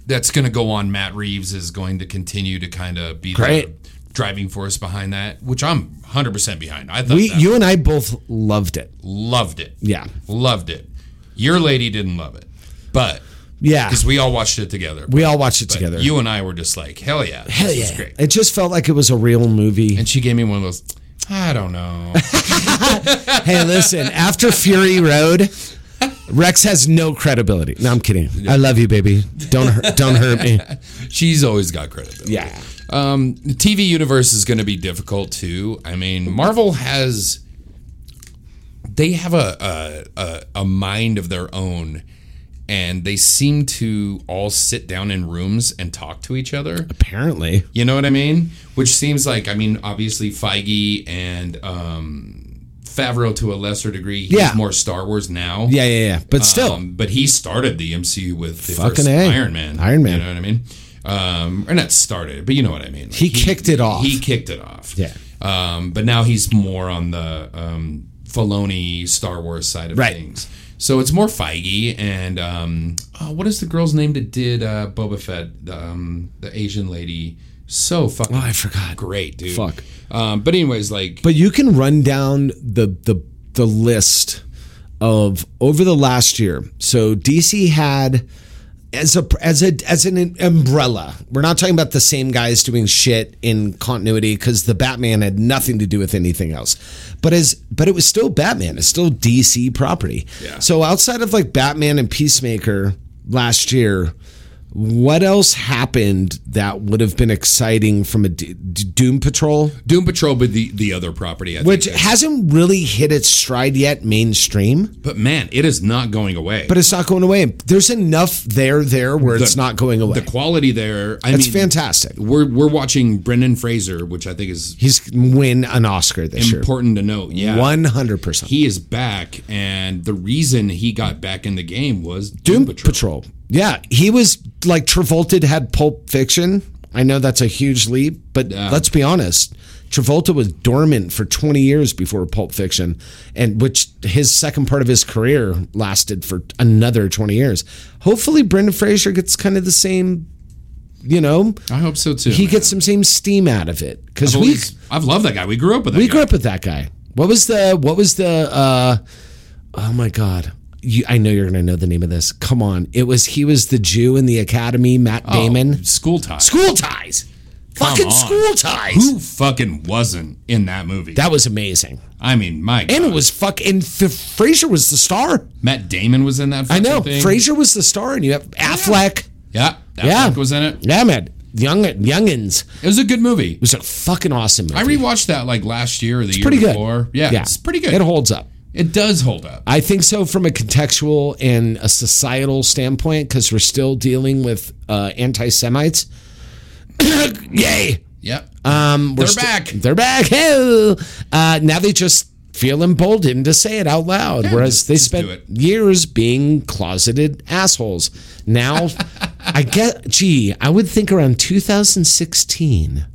S4: that's going to go on. Matt Reeves is going to continue to kind of be
S3: Great.
S4: the driving force behind that, which I'm 100% behind. I thought
S3: We,
S4: that-
S3: you and I both loved it.
S4: loved it.
S3: Yeah.
S4: Loved it. Your lady didn't love it. But
S3: Yeah.
S4: because we all watched it together.
S3: Ah. We all watched it
S4: But
S3: together.
S4: You and I were just like, hell yeah.
S3: Hell
S4: this is
S3: yeah.
S4: great.
S3: It just felt like it was a real movie.
S4: And she gave me one of those, I don't know.
S3: hey, listen, after Fury Road, Rex has no credibility. No, I'm kidding. I love you, baby. Don't hurt, don't hurt me.
S4: She's always got credit. though.
S3: Yeah.
S4: Um, the TV universe is going to be difficult too. I mean, Marvel has. They have a, a, a, a mind of their own. And they seem to all sit down in rooms and talk to each other.
S3: Apparently.
S4: You know what I mean? Which seems like, I mean, obviously Feige and um, Favreau to a lesser degree. He's
S3: Yeah.
S4: more Star Wars now.
S3: Yeah, yeah, yeah. But still,
S4: Um, but he started the MCU with the
S3: Fucking
S4: first
S3: A.
S4: Iron Man.
S3: Iron Man.
S4: You know what I mean? Um, or not started, but you know what I mean. Like,
S3: He kicked it off.
S4: He kicked it off.
S3: Yeah.
S4: Um, but now he's more on the um, Filoni Star Wars side of
S3: Right.
S4: things. So it's more Feige and um, oh, what is the girl's name that did uh, Boba Fett, the, um, the Asian lady? So fucking
S3: Oh, I forgot.
S4: Great, dude.
S3: Fuck.
S4: Um, but anyways, like
S3: but you can run down the the the list of over the last year. So DC had as a as a as an umbrella. We're not talking about the same guys doing shit in continuity because the Batman had nothing to do with anything else. But as but it was still Batman. It's still DC property.
S4: Yeah.
S3: So outside of like Batman and Peacemaker last year, what else happened that would have been exciting from a D- D- Doom Patrol,
S4: Doom Patrol, but the, the other property, I think
S3: which
S4: that's-
S3: hasn't really hit its stride yet mainstream?
S4: but man, it is not going away.
S3: But it's not going away. There's enough there there where it's
S4: The-
S3: not going away.
S4: the quality there, I
S3: That's
S4: mean,
S3: fantastic.
S4: We're we're watching Brendan Fraser, which I think is
S3: He's gonna win an Oscar this
S4: important to note.
S3: year.
S4: Yeah,
S3: One hundred percent.
S4: he is back, and the reason he got back in the game was
S3: Doom Patrol. Yeah, he was like Travolta had Pulp Fiction. I know that's a huge leap, but let's be honest. Travolta was dormant for 20 years before Pulp Fiction, and which his second part of his career lasted for another 20 years. Hopefully, Brendan Fraser gets kind of the same, you know,
S4: I hope so too.
S3: he
S4: man.
S3: gets some same steam out of it because
S4: I've,
S3: we
S4: always- I've loved that guy. We grew up with that.
S3: We
S4: guy.
S3: grew up with that guy. What was the what was the uh oh my god. You, I know you're gonna know the name of this. Come on. It was he was the Jew in the academy, Matt
S4: Oh,
S3: Damon.
S4: school time.
S3: School ties.
S4: Come
S3: Fucking
S4: on.
S3: school ties.
S4: Who fucking wasn't in that movie?
S3: That was amazing.
S4: I mean, my
S3: And it
S4: God.
S3: was fuck and F- Fraser was the star.
S4: Matt Damon was in that.
S3: I
S4: Fucking
S3: know.
S4: thing.
S3: Fraser was the star and you have Affleck.
S4: Yeah, that
S3: Yeah.
S4: fuck was in it.
S3: Yeah, man. Young youngins.
S4: It was a good movie.
S3: It was a fucking awesome movie.
S4: I rewatched that like last year or the year
S3: pretty good.
S4: before. Yeah, it's pretty good.
S3: It holds up.
S4: It does hold up.
S3: I think so from a contextual and a societal standpoint because we're still dealing with uh, anti Semites. Yay!
S4: Yep.
S3: Um, we're
S4: They're back.
S3: They're back. Hey! Uh, now they just feel emboldened to say it out loud, whereas
S4: just-
S3: they
S4: just do it.
S3: spent years being closeted assholes. Now, I get, gee, I would think around 2016,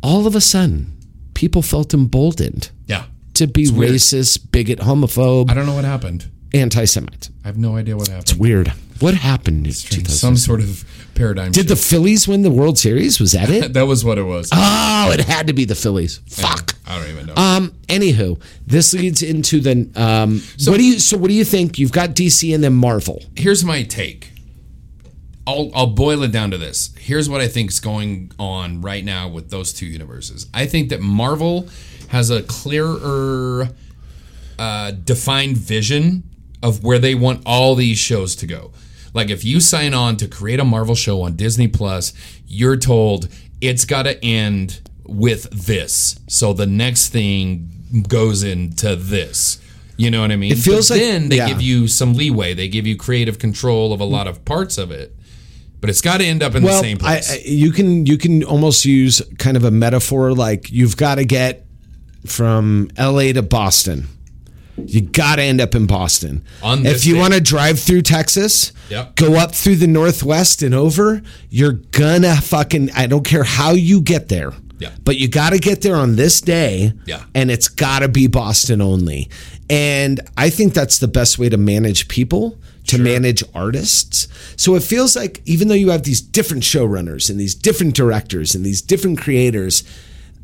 S3: all of a sudden, people felt emboldened
S4: yeah.
S3: to be
S4: weird.
S3: racist, bigot, homophobe
S4: I don't know what happened.
S3: anti Semite.
S4: I have no idea what happened.
S3: Weird. What happened in
S4: Some
S3: 2000?
S4: sort of paradigm.
S3: Did the
S4: shift.
S3: Phillies win the World Series? Was that it?
S4: that was what it was.
S3: oh, it had to be the Phillies. Fuck.
S4: I don't even know. Uh,
S3: Um. Anywho, this leads into the um. what do you? So what do you think? You've got DC and then Marvel.
S4: here's my take. I'll I'll boil it down to this. Here's what I think's going on right now with those two universes. I think that Marvel has a clearer uh, defined vision of where they want all these shows to go. Like if you sign on to create a Marvel show on Disney Plus, you're told it's got to end with this. So the next thing goes into this. You know what I mean? It
S3: feels like-
S4: then they
S3: yeah.
S4: give you some leeway. They give you creative control of a lot of parts of it. But it's got to end up in the same
S3: I,
S4: place.
S3: I, you can you can almost use kind of a metaphor like you've got to get from LA to Boston. You got to end up in Boston.
S4: On
S3: if
S4: this
S3: you
S4: day.
S3: want to drive through Texas,
S4: Yep.
S3: go up through the Northwest and over, you're gonna fucking. I don't care how you get there.
S4: Yeah.
S3: But you got to get there on this day.
S4: Yeah.
S3: And it's got to be Boston only. And I think that's the best way to manage people, to manage artists. So it feels like even though you have these different showrunners and these different directors and these different creators,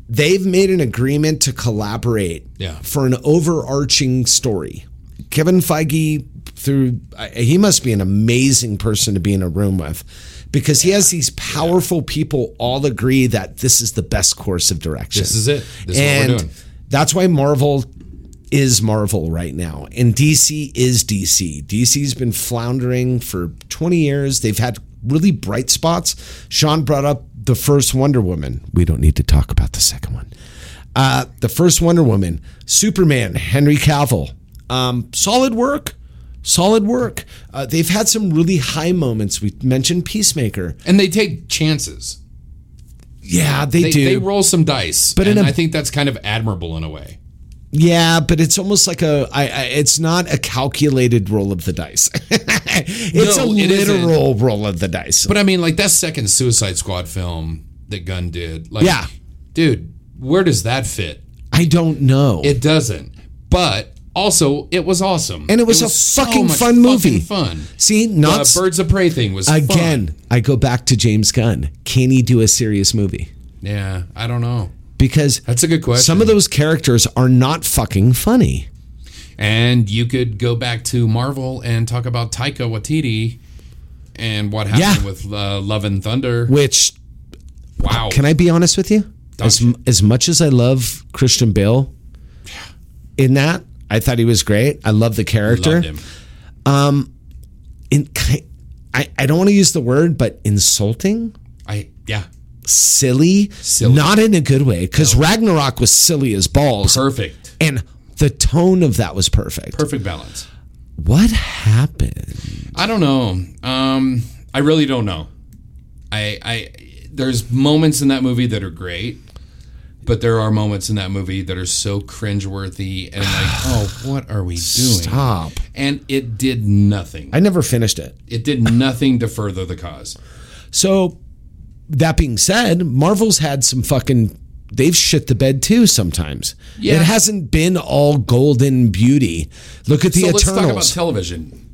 S3: they've made an agreement to collaborate
S4: Yeah.
S3: for an overarching story. Kevin Feige through I- he must be an amazing person to be in a room with because he has these powerful people all agree that this is the best course of direction.
S4: This is it. This is
S3: and
S4: what we're doing.
S3: that's why Marvel is Marvel right now and DC is DC. DC's been floundering for 20 years. They've had really bright spots. Sean brought up the first Wonder Woman. We don't need to talk about the second one. Uh, the first Wonder Woman, Superman, Henry Cavill. Um, solid work. Solid work. Uh, they've had some really high moments. We mentioned Peacemaker.
S4: And they take chances.
S3: Yeah, they,
S4: They,
S3: do.
S4: they roll some dice.
S3: But
S4: But
S3: in
S4: and
S3: a-
S4: I think that's kind of admirable in a way.
S3: Yeah, but it's almost like a. I, I, it's not a calculated roll of the dice. it's a
S4: No, it isn't.
S3: literal roll of the dice.
S4: But I mean, like that second Suicide Squad film that Gunn did, like,
S3: Yeah.
S4: dude, where does that fit?
S3: I don't know.
S4: It doesn't. But also, it was awesome,
S3: And it was a
S4: so
S3: fucking
S4: much
S3: fun movie.
S4: Fun.
S3: See, not
S4: the Birds of Prey thing was
S3: again.
S4: Fun.
S3: I go back to James Gunn. Can he do a serious movie?
S4: Yeah, I don't know.
S3: Because
S4: That's a good question.
S3: some of those characters are not fucking funny.
S4: and you could go back to Marvel and talk about Taika Waititi and what happened
S3: Yeah.
S4: with uh, Love and Thunder.
S3: Which
S4: Wow.
S3: can I be honest with you?
S4: Don't
S3: as
S4: you-
S3: as much as I love Christian Bale, in that I thought he was great. I love the character.
S4: Loved him.
S3: In ki- I I don't want to use the word, but insulting,
S4: I yeah.
S3: silly,
S4: Silly.
S3: not in a good way. Because Ragnarok was silly as balls,
S4: Perfect.
S3: and the tone of that was perfect.
S4: Perfect balance.
S3: What happened?
S4: I don't know. Um, I really don't know. I, I there's moments in that movie that are great, but there are moments in that movie that are so cringeworthy and like, oh, what are we doing?
S3: Stop.
S4: And it did nothing.
S3: I never finished it.
S4: It did nothing to further the cause.
S3: So that being said, Marvel's had some fucking they've shit the bed too sometimes.
S4: Yeah.
S3: It hasn't been all golden beauty. Look at the
S4: so let's talk about
S3: Eternals.
S4: television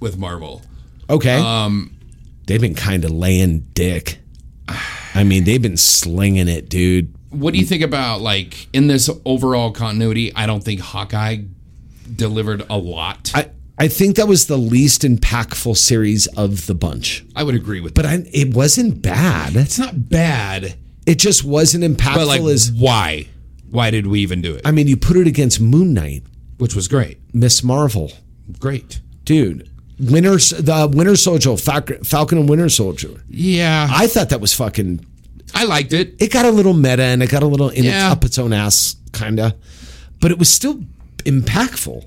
S4: with Marvel.
S3: okay. Um they've been kind of laying dick. I mean, they've been slinging it, dude.
S4: What do you think about like in this overall continuity? I don't think Hawkeye delivered a lot. I,
S3: I I think that was the least impactful series of the bunch.
S4: would agree with
S3: But
S4: that.
S3: I, it wasn't bad.
S4: it's not bad.
S3: It just wasn't impactful
S4: But like,
S3: as
S4: why? Why did we even do it?
S3: I mean, you put it against Moon Knight,
S4: Which was great.
S3: Miss Marvel.
S4: Great.
S3: dude. Winter, the Winter Soldier, Falcon, Falcon and Winter Soldier.
S4: Yeah, I,
S3: I thought that was fucking.
S4: I liked it.
S3: It got a little meta and it got a little in
S4: Yeah.
S3: up its own ass, kinda, but it was still impactful.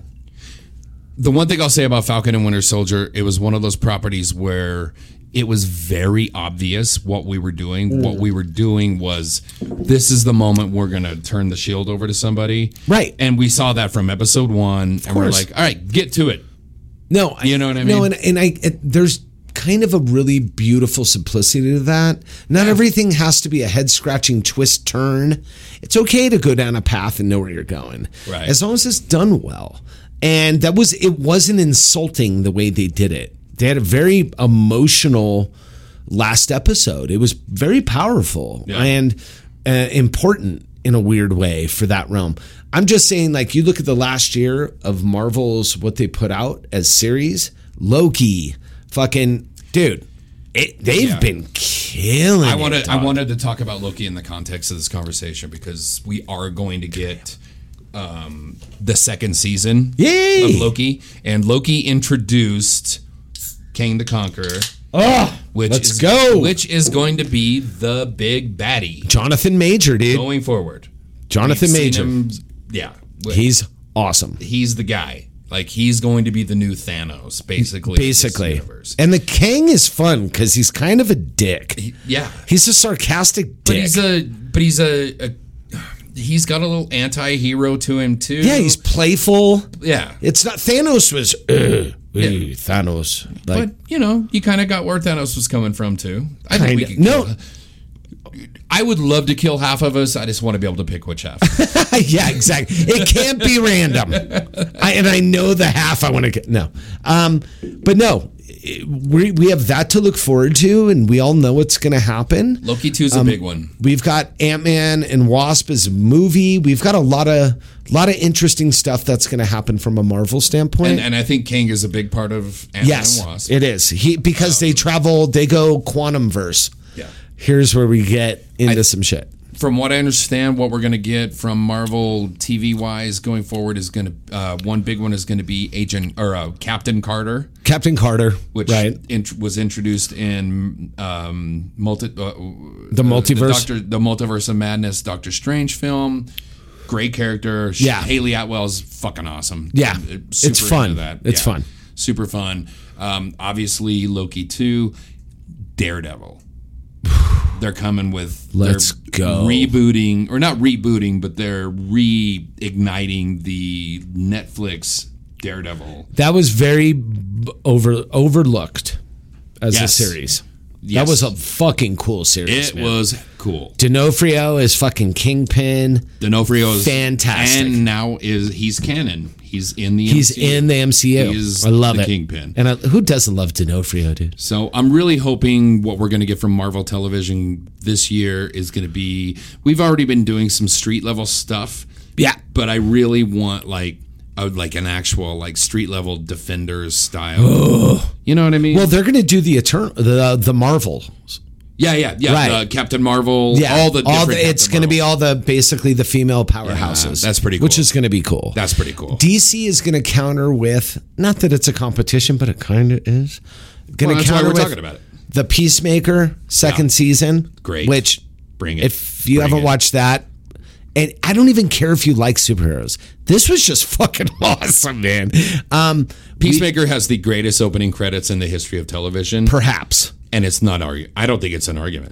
S4: The one thing I'll say about Falcon and Winter Soldier, it was one of those properties where it was very obvious what we were doing. What
S3: Mm.
S4: we were doing was this is the moment we're going to turn the shield over to somebody.
S3: Right.
S4: And we saw that from episode one. and we're
S3: course.
S4: like, all right, get to it.
S3: No, I-
S4: You know what I
S3: No,
S4: mean?
S3: and and I it, there's kind of a really beautiful simplicity to that. Not everything has to be a head scratching twist turn. It's okay to go down a path and know where you're going,
S4: Right.
S3: As long as it's done well. And that was it wasn't insulting the way they did it. They had a very emotional last episode. It was very powerful
S4: Yeah.
S3: and uh, important in a weird way for that realm. I'm just saying, like, you look at the last year of Marvel's what they put out as series, Loki, fucking dude, it, they've
S4: Yeah.
S3: been killing.
S4: I wanted
S3: it,
S4: I
S3: dog.
S4: wanted to talk about Loki in the context of this conversation because we are going to get um, the second season
S3: Yay!
S4: of Loki, and Loki introduced King the Conqueror,
S3: Oh,
S4: which
S3: Let's
S4: is,
S3: go!
S4: which is going to be the big baddie
S3: Jonathan Major, dude.
S4: going forward.
S3: Jonathan
S4: We've
S3: Major,
S4: seen him- yeah,
S3: he's awesome.
S4: he's the guy. Like he's going to be the new Thanos, basically. of this
S3: Basically,
S4: universe.
S3: and the Kang is fun because he's kind of a dick.
S4: yeah,
S3: He's a sarcastic dick.
S4: But he's a but he's a, a he's got a little anti-hero to him too.
S3: yeah, he's playful.
S4: yeah.
S3: It's not Thanos was "Ugh, we, Thanos. Like
S4: but you know, you kind of got where Thanos was coming from too. I think we
S3: Kinda.
S4: could
S3: No.
S4: kill- I would love to kill half of us. I just want to be able to pick which half.
S3: yeah, exactly. It can't be random. I, and I know the half I want to get. No, um, but no, it- we we have that to look forward to, and we all know what's going to happen.
S4: Loki two's
S3: Um,
S4: a big one.
S3: We've got Ant Man and Wasp as a movie. We've got a lot of lot of interesting stuff that's going to happen from a Marvel standpoint.
S4: And, and I think King is a big part of Ant-Man
S3: yes,
S4: and Wasp. Um,
S3: it is. He because they travel, they go quantum verse.
S4: yeah.
S3: Here's where we get into some shit.
S4: From what I understand, what we're going to get from Marvel TV wise going forward is going to uh, one big one is going to be Agent or uh, Captain Carter.
S3: Captain Carter,
S4: which
S3: right?
S4: int- was introduced in um, multi, uh,
S3: The multiverse.
S4: the, Doctor, the multiverse of madness, Doctor Strange film. Great character. Sh-
S3: Yeah.
S4: Haley Atwell's fucking awesome.
S3: Yeah.
S4: I'm, uh,
S3: It's
S4: super
S3: fun.
S4: into that.
S3: It's fun.
S4: Super fun. Um, obviously, Loki two, Daredevil. They're coming with. they're
S3: Let's go.
S4: Rebooting or not rebooting, but they're reigniting the Netflix Daredevil.
S3: That was very b- over overlooked as
S4: Yes.
S3: a series.
S4: Yes.
S3: That was a fucking cool series.
S4: It
S3: man.
S4: was cool.
S3: D'Onofrio is fucking Kingpin.
S4: D'Onofrio is
S3: Fantastic.
S4: and now is he's canon. He's in the
S3: He's
S4: MCU.
S3: in the MCU.
S4: He's
S3: I love
S4: the
S3: it.
S4: Kingpin.
S3: And I, who doesn't love D'Onofrio, dude?
S4: So I'm really hoping what we're going to get from Marvel Television this year is going to be. We've already been doing some street level stuff,
S3: Yeah.
S4: but I really want like uh, like an actual like street level defenders style. You know what I mean?
S3: Well, they're going to do the eternal, the the Marvel.
S4: yeah, yeah, yeah.
S3: Right.
S4: the Captain Marvel.
S3: Yeah,
S4: all the different
S3: it's
S4: Captain
S3: going to be
S4: Marvel.
S3: all the basically the female powerhouses.
S4: that's pretty
S3: Which
S4: cool.
S3: is going to be cool.
S4: That's pretty cool.
S3: DC is going to counter with not that it's a competition, but it kind of is. Going
S4: Well, that's
S3: to
S4: why
S3: counter
S4: we're
S3: with
S4: talking about it.
S3: the Peacemaker second
S4: Yeah.
S3: season.
S4: Great.
S3: Which
S4: Bring it.
S3: if you
S4: Bring
S3: haven't
S4: it.
S3: watched that, and I don't even care if you like superheroes. This was just fucking awesome, man. Um,
S4: Peacemaker has the greatest opening credits in the history of television,
S3: perhaps
S4: and it's not argu- I don't think it's an argument.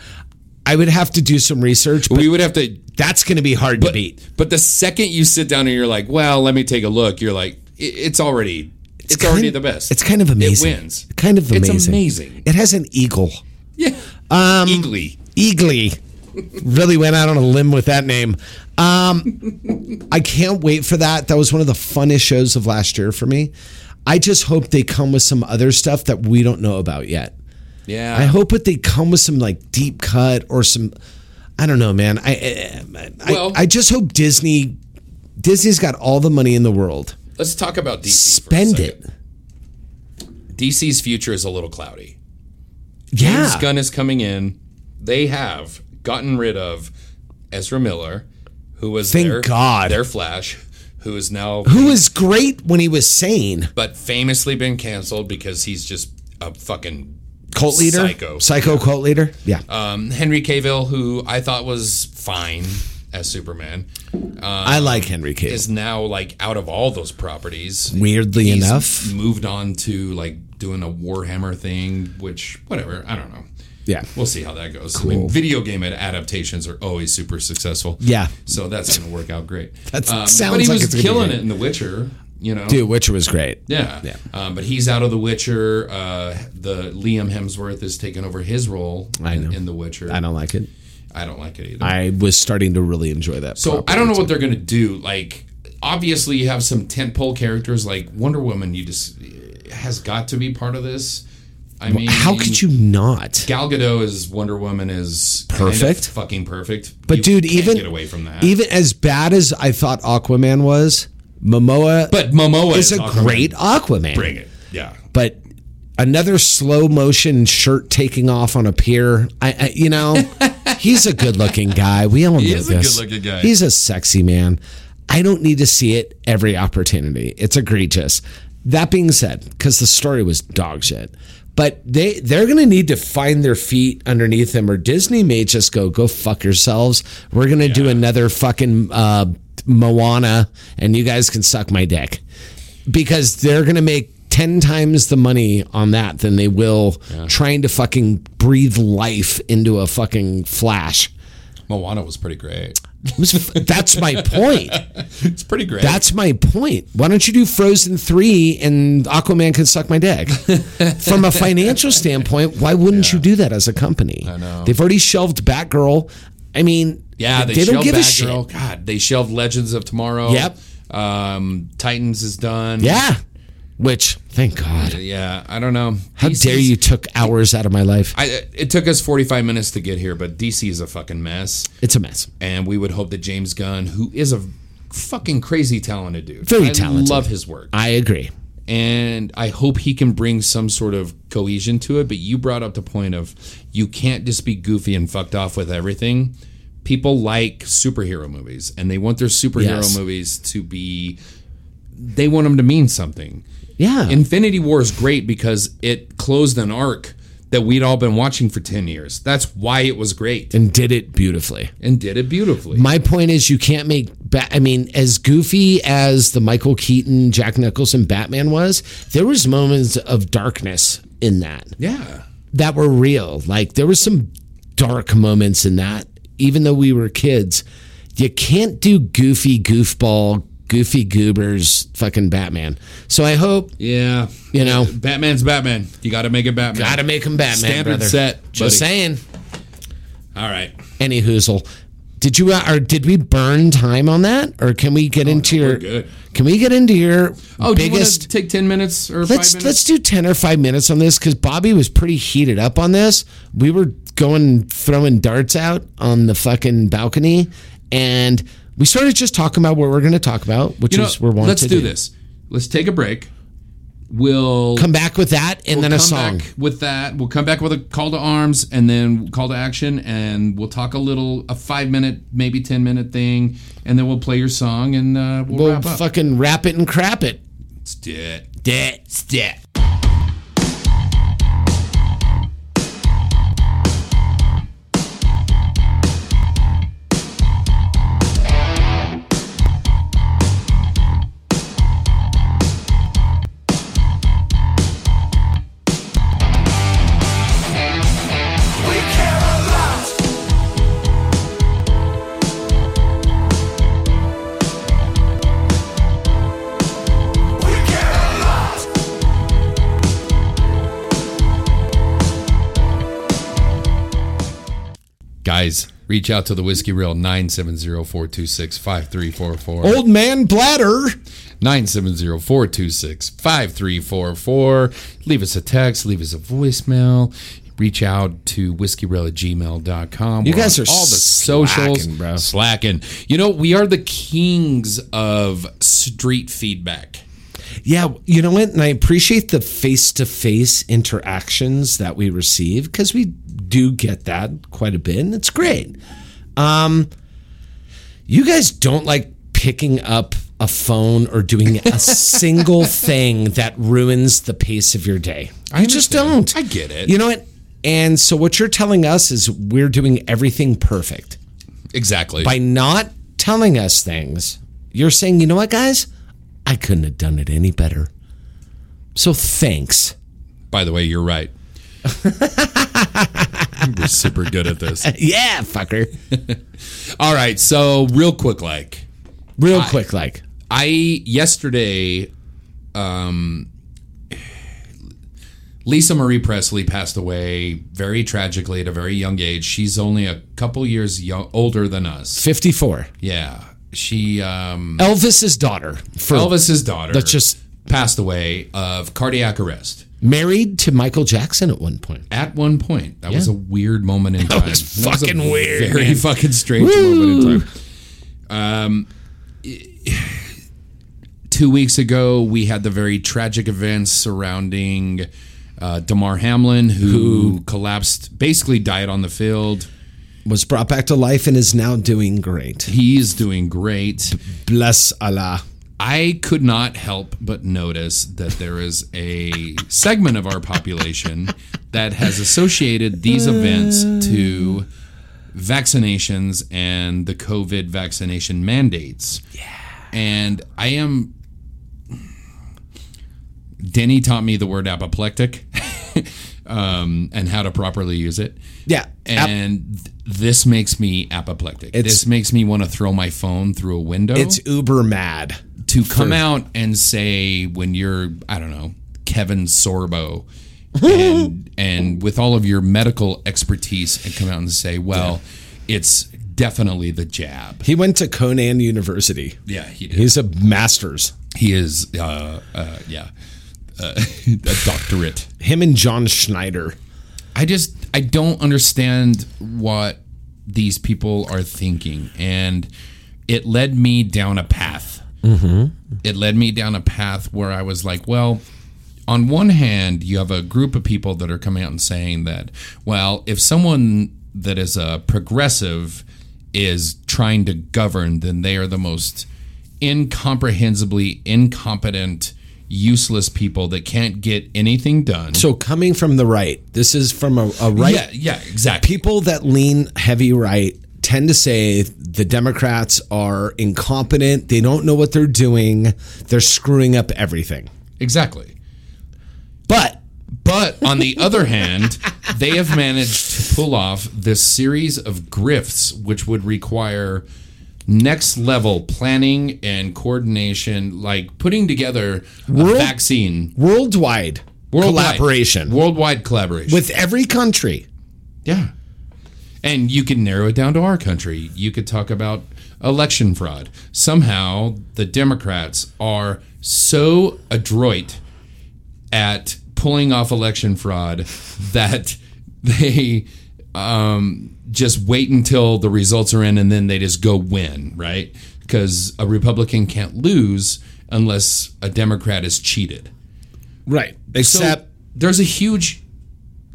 S3: I would have to do some research, but
S4: We would have to
S3: that's going to be hard to
S4: but,
S3: beat.
S4: but the second you sit down and you're like, well, let me take a look, you're like, "I- it's already it's,
S3: kind
S4: already
S3: of-
S4: the best.
S3: It's kind of amazing.
S4: It wins.
S3: Kind of amazing.
S4: It's amazing.
S3: It has an eagle.
S4: yeah. Um, Eagly.
S3: e-, Eagly. really went out on a limb with that name. Um, I can't wait for that. That was one of the funnest shows of last year for me. I just hope they come with some other stuff that we don't know about yet.
S4: Yeah.
S3: I hope that they come with some like deep cut or some. I don't know, man. I I, I,
S4: Well-
S3: I just hope Disney Disney's got all the money in the world.
S4: Let's talk about DC.
S3: Spend
S4: for a
S3: it.
S4: second. DC's future is a little cloudy.
S3: Yeah.
S4: James Gunn is coming in. They have gotten rid of Ezra Miller, who was
S3: Thank
S4: their,
S3: God.
S4: their Flash, who is now
S3: Who was great when he was sane.
S4: but famously been canceled because he's just a fucking
S3: Cult leader.
S4: Psycho.
S3: cult leader. Yeah.
S4: um, Henry Cavill, who I thought was fine as Superman,
S3: I like Henry Cavill.
S4: is now like out of all those properties.
S3: Weirdly
S4: He's
S3: enough.
S4: moved on to like doing a Warhammer thing, which whatever I don't know.
S3: Yeah.
S4: We'll see how that goes. I mean, video game adaptations are always super successful.
S3: Yeah.
S4: So that's going to work out great. Um,
S3: That
S4: But
S3: sounds
S4: he
S3: like it's
S4: was
S3: gonna be
S4: killing
S3: great.
S4: it in The Witcher, you know?
S3: Dude, Witcher was great.
S4: Yeah. Um, but he's out of The Witcher. Uh, the Liam Hemsworth is taking over his role
S3: I
S4: in,
S3: know.
S4: in The Witcher.
S3: I don't like it.
S4: I don't like it either.
S3: I was starting to really enjoy that.
S4: So
S3: property.
S4: I don't know what they're gonna do. Like, obviously, you have some tentpole characters like Wonder Woman. You just has got to be part of this. I mean,
S3: How could you not?
S4: Gal Gadot as Wonder Woman is kind of
S3: Perfect.
S4: fucking perfect.
S3: But
S4: You
S3: dude,
S4: can't
S3: even
S4: get away from that.
S3: Even as bad as I thought Aquaman was, Momoa
S4: but Momoa
S3: is
S4: is,
S3: a
S4: Aquaman.
S3: great Aquaman.
S4: Bring it, yeah.
S3: But another slow motion shirt taking off on a pier. I, I you know, he's a good looking guy. We all know
S4: is a
S3: this.
S4: good-looking guy.
S3: He's a sexy man. I don't need to see it every opportunity. It's egregious. That being said, because the story was dog shit. But they they're gonna need to find their feet underneath them, or Disney may just go go fuck yourselves. We're gonna do another fucking uh, Moana, and you guys can suck my dick because they're going to make 10 times the money on that than they will trying to fucking breathe life into a fucking flash.
S4: Moana was pretty great.
S3: It was- that's my point.
S4: It's pretty great.
S3: That's my point. Why don't you do Frozen 3 and Aquaman can suck my dick? From a financial standpoint, why wouldn't you do that as a company? I know. They've already shelved Batgirl. I mean,
S4: yeah. They,
S3: they, don't
S4: shelved
S3: give a shit.
S4: Batgirl. God, they shelved Legends of Tomorrow.
S3: Yep.
S4: Um, Titans is done.
S3: Yeah. Which, thank God.
S4: Yeah. I don't know.
S3: How
S4: DC's
S3: dare you took hours out of my life?
S4: I, it took us 45 minutes to get here, but DC is a fucking mess.
S3: It's a mess.
S4: And we would hope that James Gunn, who is a fucking crazy talented dude,
S3: Very
S4: I
S3: talented.
S4: love his work.
S3: I agree.
S4: And I hope he can bring some sort of cohesion to it. But you brought up the point of you can't just be goofy and fucked off with everything. People like superhero movies and they want their superhero
S3: Yes.
S4: movies to be, they want them to mean something.
S3: Yeah.
S4: Infinity War is great because it closed an arc that we'd all been watching for 10 years. That's why it was great
S3: and did it beautifully.
S4: and did it beautifully.
S3: My point is, you can't make. Ba- I mean, as goofy as the Michael Keaton, Jack Nicholson Batman was, there was moments of darkness in that
S4: yeah.
S3: that were real. Like there was some dark moments in that, even though we were kids. You can't do goofy goofball, goofy goobers, fucking Batman. So I hope
S4: Yeah.
S3: you know.
S4: Batman's Batman. You got to make it Batman.
S3: Gotta make him Batman.
S4: Standard
S3: brother.
S4: set,
S3: Just
S4: buddy.
S3: saying.
S4: All right.
S3: Any hoozle. Did you uh, or did we burn time on that, or can we get into your?
S4: Oh, we're good.
S3: Can we get into
S4: Oh,
S3: your
S4: do you want to
S3: biggest?
S4: take 10 minutes or
S3: let's
S4: 5 minutes?
S3: let's do ten or five minutes on this because Bobby was pretty heated up on this. We were going throwing darts out on the fucking balcony, and We started just talking about what we're going to talk about, which
S4: You know,
S3: is we're wanted.
S4: let's do
S3: to
S4: this. Let's take a break. We'll
S3: Come back with that and
S4: we'll
S3: then a
S4: come
S3: song.
S4: back with that. We'll come back with a call to arms and then call to action, and we'll talk a little, a five minute, maybe ten minute thing, and then we'll play your song and uh, we'll,
S3: We'll
S4: wrap up.
S3: fucking wrap it and crap it.
S4: Let's do it.
S3: That's that.
S4: Guys, reach out to the Whiskey Reel 970-426-5344.
S3: Old man bladder.
S4: 970-426-5344. Leave us a text, leave us a voicemail. Reach out to whiskeyrail at gmail.com.
S3: You
S4: We're
S3: guys
S4: on
S3: are
S4: all the
S3: slacking,
S4: socials
S3: bro.
S4: slacking. You know, we are the kings of street feedback.
S3: Yeah, you know what? And I appreciate the face to face interactions that we receive because we do get that quite a bit, and it's great. Um, you guys don't like picking up a phone or doing a single thing that ruins the pace of your day. I just
S4: understand.
S3: don't.
S4: I get it.
S3: You know what? And so what you're telling us is we're doing everything perfect
S4: Exactly.
S3: by not telling us things, you're saying, you know what, guys? I couldn't have done it any better. So thanks.
S4: By the way, you're right. We're super good at this.
S3: Yeah, fucker.
S4: All right, so real quick like
S3: Real quick, like,
S4: I yesterday, um, Lisa Marie Presley passed away very tragically at a very young age. She's only a couple years yo older than us.
S3: 54.
S4: Yeah, she um,
S3: Elvis's daughter. For
S4: Elvis's daughter.
S3: That's just-
S4: passed away of cardiac arrest
S3: married to Michael Jackson at one point.
S4: at one point. That was a weird moment in time.
S3: was
S4: a
S3: fucking weird,
S4: Very
S3: man.
S4: fucking strange moment in time. Um, two weeks ago, we had the very tragic events surrounding uh, Damar Hamlin, who collapsed, basically died on the field.
S3: Was brought back to life and is now doing great.
S4: He's doing great.
S3: Bless Allah.
S4: I could not help but notice that there is a segment of our population that has associated these events to vaccinations and the COVID vaccination mandates. Yeah. And I am. Denny taught me the word apoplectic um, and how to properly use it.
S3: Yeah. ab-
S4: And th- this makes me apoplectic.
S3: It's-
S4: this makes me want to throw my phone through a window
S3: it's uber mad.
S4: to come out and say when you're I don't know Kevin Sorbo and and with all of your medical expertise and come out and say well it's definitely the jab
S3: He went to Conan University.
S4: yeah he did.
S3: He's a master's.
S4: he is uh, uh, yeah uh, a doctorate
S3: Him and John Schneider.
S4: I just I don't understand what these people are thinking, and it led me down a path.
S3: Mm-hmm.
S4: It led me down a path where I was like, well. On one hand, you have a group of people that are coming out and saying that, well, if someone that is a progressive is trying to govern, then they are the most incomprehensibly incompetent, useless people that can't get anything done.
S3: So coming from the right, this is from a, a right
S4: yeah, yeah, exactly.
S3: people that lean heavy right tend to say the Democrats are incompetent. They don't know what they're doing. They're screwing up everything.
S4: Exactly.
S3: But
S4: But on the other hand, they have managed to pull off this series of grifts, which would require next level planning and coordination, like putting together a
S3: World-
S4: vaccine
S3: worldwide,
S4: worldwide-
S3: collaboration
S4: worldwide collaboration
S3: with every country.
S4: yeah. And you can narrow it down to our country. You could talk about election fraud. Somehow the Democrats are so adroit at pulling off election fraud that they um, just wait until the results are in and then they just go win, right? Because a Republican can't lose unless a Democrat is cheated.
S3: Right.
S4: So
S3: Except
S4: there's a huge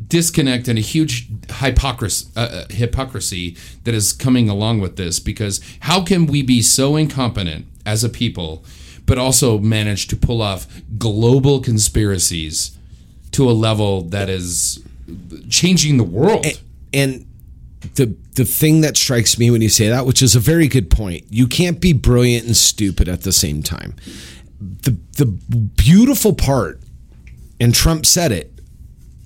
S4: disconnect and a huge hypocrisy, uh, uh, hypocrisy that is coming along with this because how can we be so incompetent as a people, but also manage to pull off global conspiracies to a level that is changing the world?
S3: and the the thing that strikes me when you say that, which is a very good point, you can't be brilliant and stupid at the same time. The the beautiful part, and Trump said it,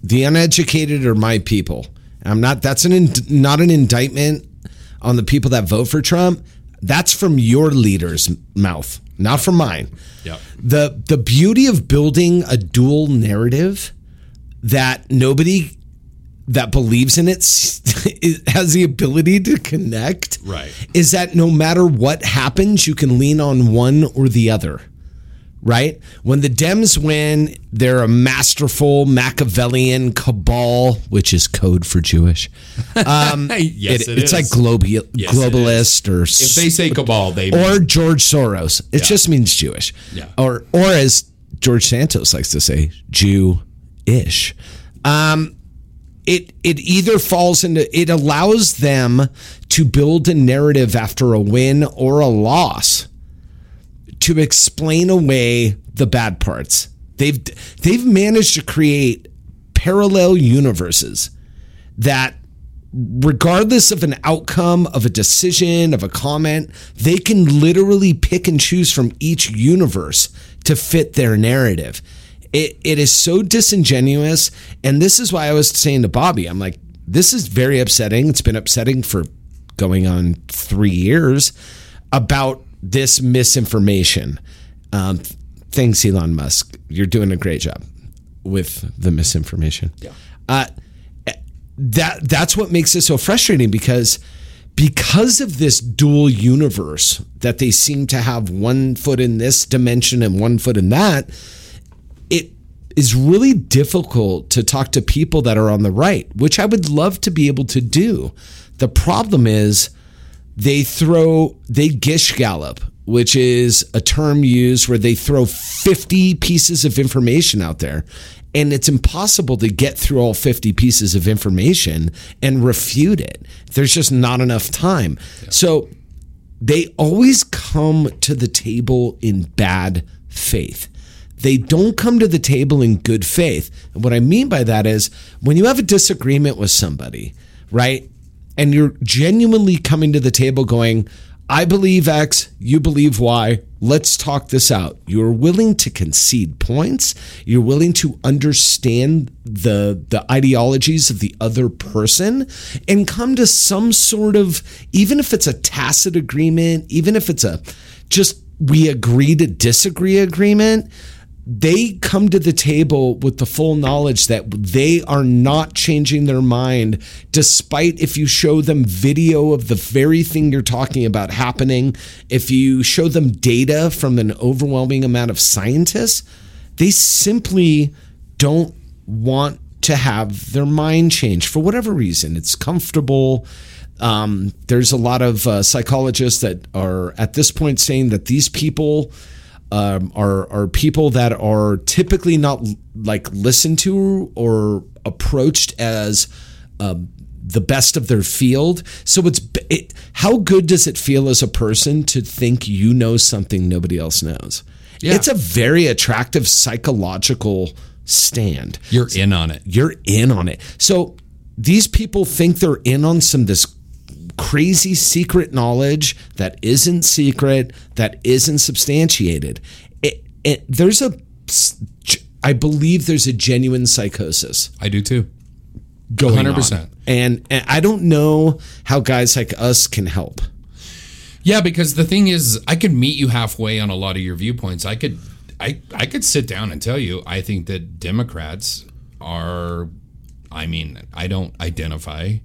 S3: the uneducated are my people. And I'm not. That's an ind- not an indictment on the people that vote for Trump. That's from your leader's mouth, not from mine.
S4: Yep.
S3: The the beauty of building a dual narrative that nobody that believes in it s- it has the ability to connect
S4: Right.
S3: is that no matter what happens you can lean on one or the other right when the dems win they're a masterful machiavellian cabal which is code for jewish
S4: yes,
S3: It- it's like globi-
S4: it
S3: globalist or
S4: If they say cabal, they
S3: or George Soros. It just means Jewish.
S4: Yeah.
S3: Or or as George Santos likes to say, Jew-ish. Um, it it either falls into it allows them to build a narrative after a win or a loss to explain away the bad parts. They've they've managed to create parallel universes that regardless of an outcome of a decision of a comment they can literally pick and choose from each universe to fit their narrative it, it is so disingenuous and this is why i was saying to bobby i'm like this is very upsetting it's been upsetting for going on three years about this misinformation um, thanks elon musk you're doing a great job with the misinformation yeah uh, that that's what makes it so frustrating because because of this dual universe that they seem to have one foot in this dimension and one foot in that it is really difficult to talk to people that are on the right which i would love to be able to do the problem is they throw they gish gallop which is a term used where they throw 50 pieces of information out there and it's impossible to get through all 50 pieces of information and refute it there's just not enough time so they always come to the table in bad faith. They don't come to the table in good faith. And what I mean by that is when you have a disagreement with somebody, right? And you're genuinely coming to the table going, I believe X, you believe Y, let's talk this out. You're willing to concede points, you're willing to understand the the ideologies of the other person and come to some sort of even if it's a tacit agreement, even if it's a just we agree to disagree agreement, they come to the table with the full knowledge that they are not changing their mind, despite if you show them video of the very thing you're talking about happening, if you show them data from an overwhelming amount of scientists, they simply don't want to have their mind changed for whatever reason. It's comfortable. Um, there's a lot of uh, psychologists that are at this point saying that these people um, are are people that are typically not l- like listened to or approached as um, the best of their field. So it's b- it, how good does it feel as a person to think you know something nobody else knows?
S4: Yeah.
S3: It's a very attractive psychological stand
S4: you're in on it.
S3: you're in on it. So these people think they're in on some this crazy secret knowledge that isn't secret, that isn't substantiated. It, it, there's a, I believe there's a genuine psychosis
S4: I do too.
S3: going
S4: 100%.
S3: on, and, and I don't know how guys like us can help.
S4: Yeah, because the thing is, I could meet you halfway on a lot of your viewpoints. I could, I, I could sit down and tell you, I think that Democrats are, I mean, I don't identify.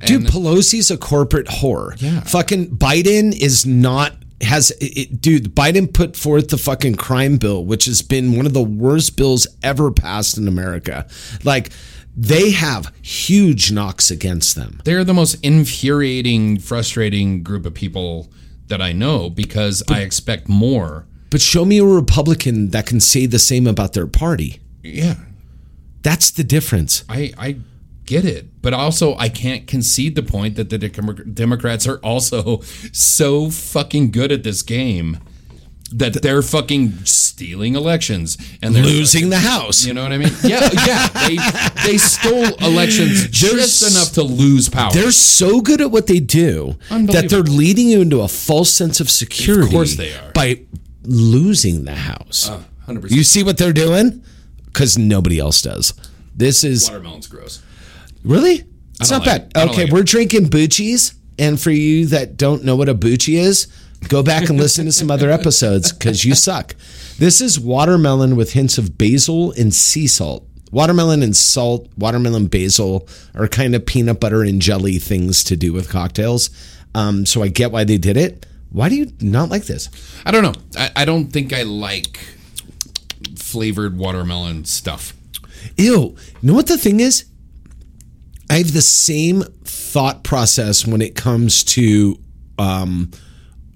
S3: Dude, Pelosi's a corporate whore.
S4: Yeah.
S3: Fucking Biden is not has it, dude biden put forth the fucking crime bill which has been one of the worst bills ever passed in america like they have huge knocks against them
S4: They're the most infuriating, frustrating group of people that I know because I expect more.
S3: but show me a republican that can say the same about their party
S4: Yeah,
S3: that's the difference
S4: I I get it, but also I can't concede the point that the Dec- Democrats are also so fucking good at this game that they're fucking stealing elections and they're
S3: losing
S4: fucking-
S3: the house
S4: You know what I mean? Yeah, yeah. They they stole elections just
S3: There's-
S4: enough to lose power.
S3: they're so good at what they do that they're
S4: Unbelievable.
S3: leading you into a false sense of security
S4: they are.
S3: by losing the house
S4: 100%.
S3: you see what they're doing because nobody else does this is
S4: Watermelon's gross.
S3: Really? It's
S4: don't
S3: not
S4: like it.
S3: bad.
S4: I don't
S3: Okay,
S4: like it.
S3: we're drinking Bucci's. And for you that don't know what a Bucci is, go back and listen to some other episodes because you suck. This is watermelon with hints of basil and sea salt. Watermelon and salt, watermelon basil are kind of peanut butter and jelly things to do with cocktails. Um, so I get why they did it. Why do you not like this?
S4: I don't know. I, I don't think I like flavored watermelon stuff.
S3: Ew. You know what the thing is? I have the same thought process when it comes to um,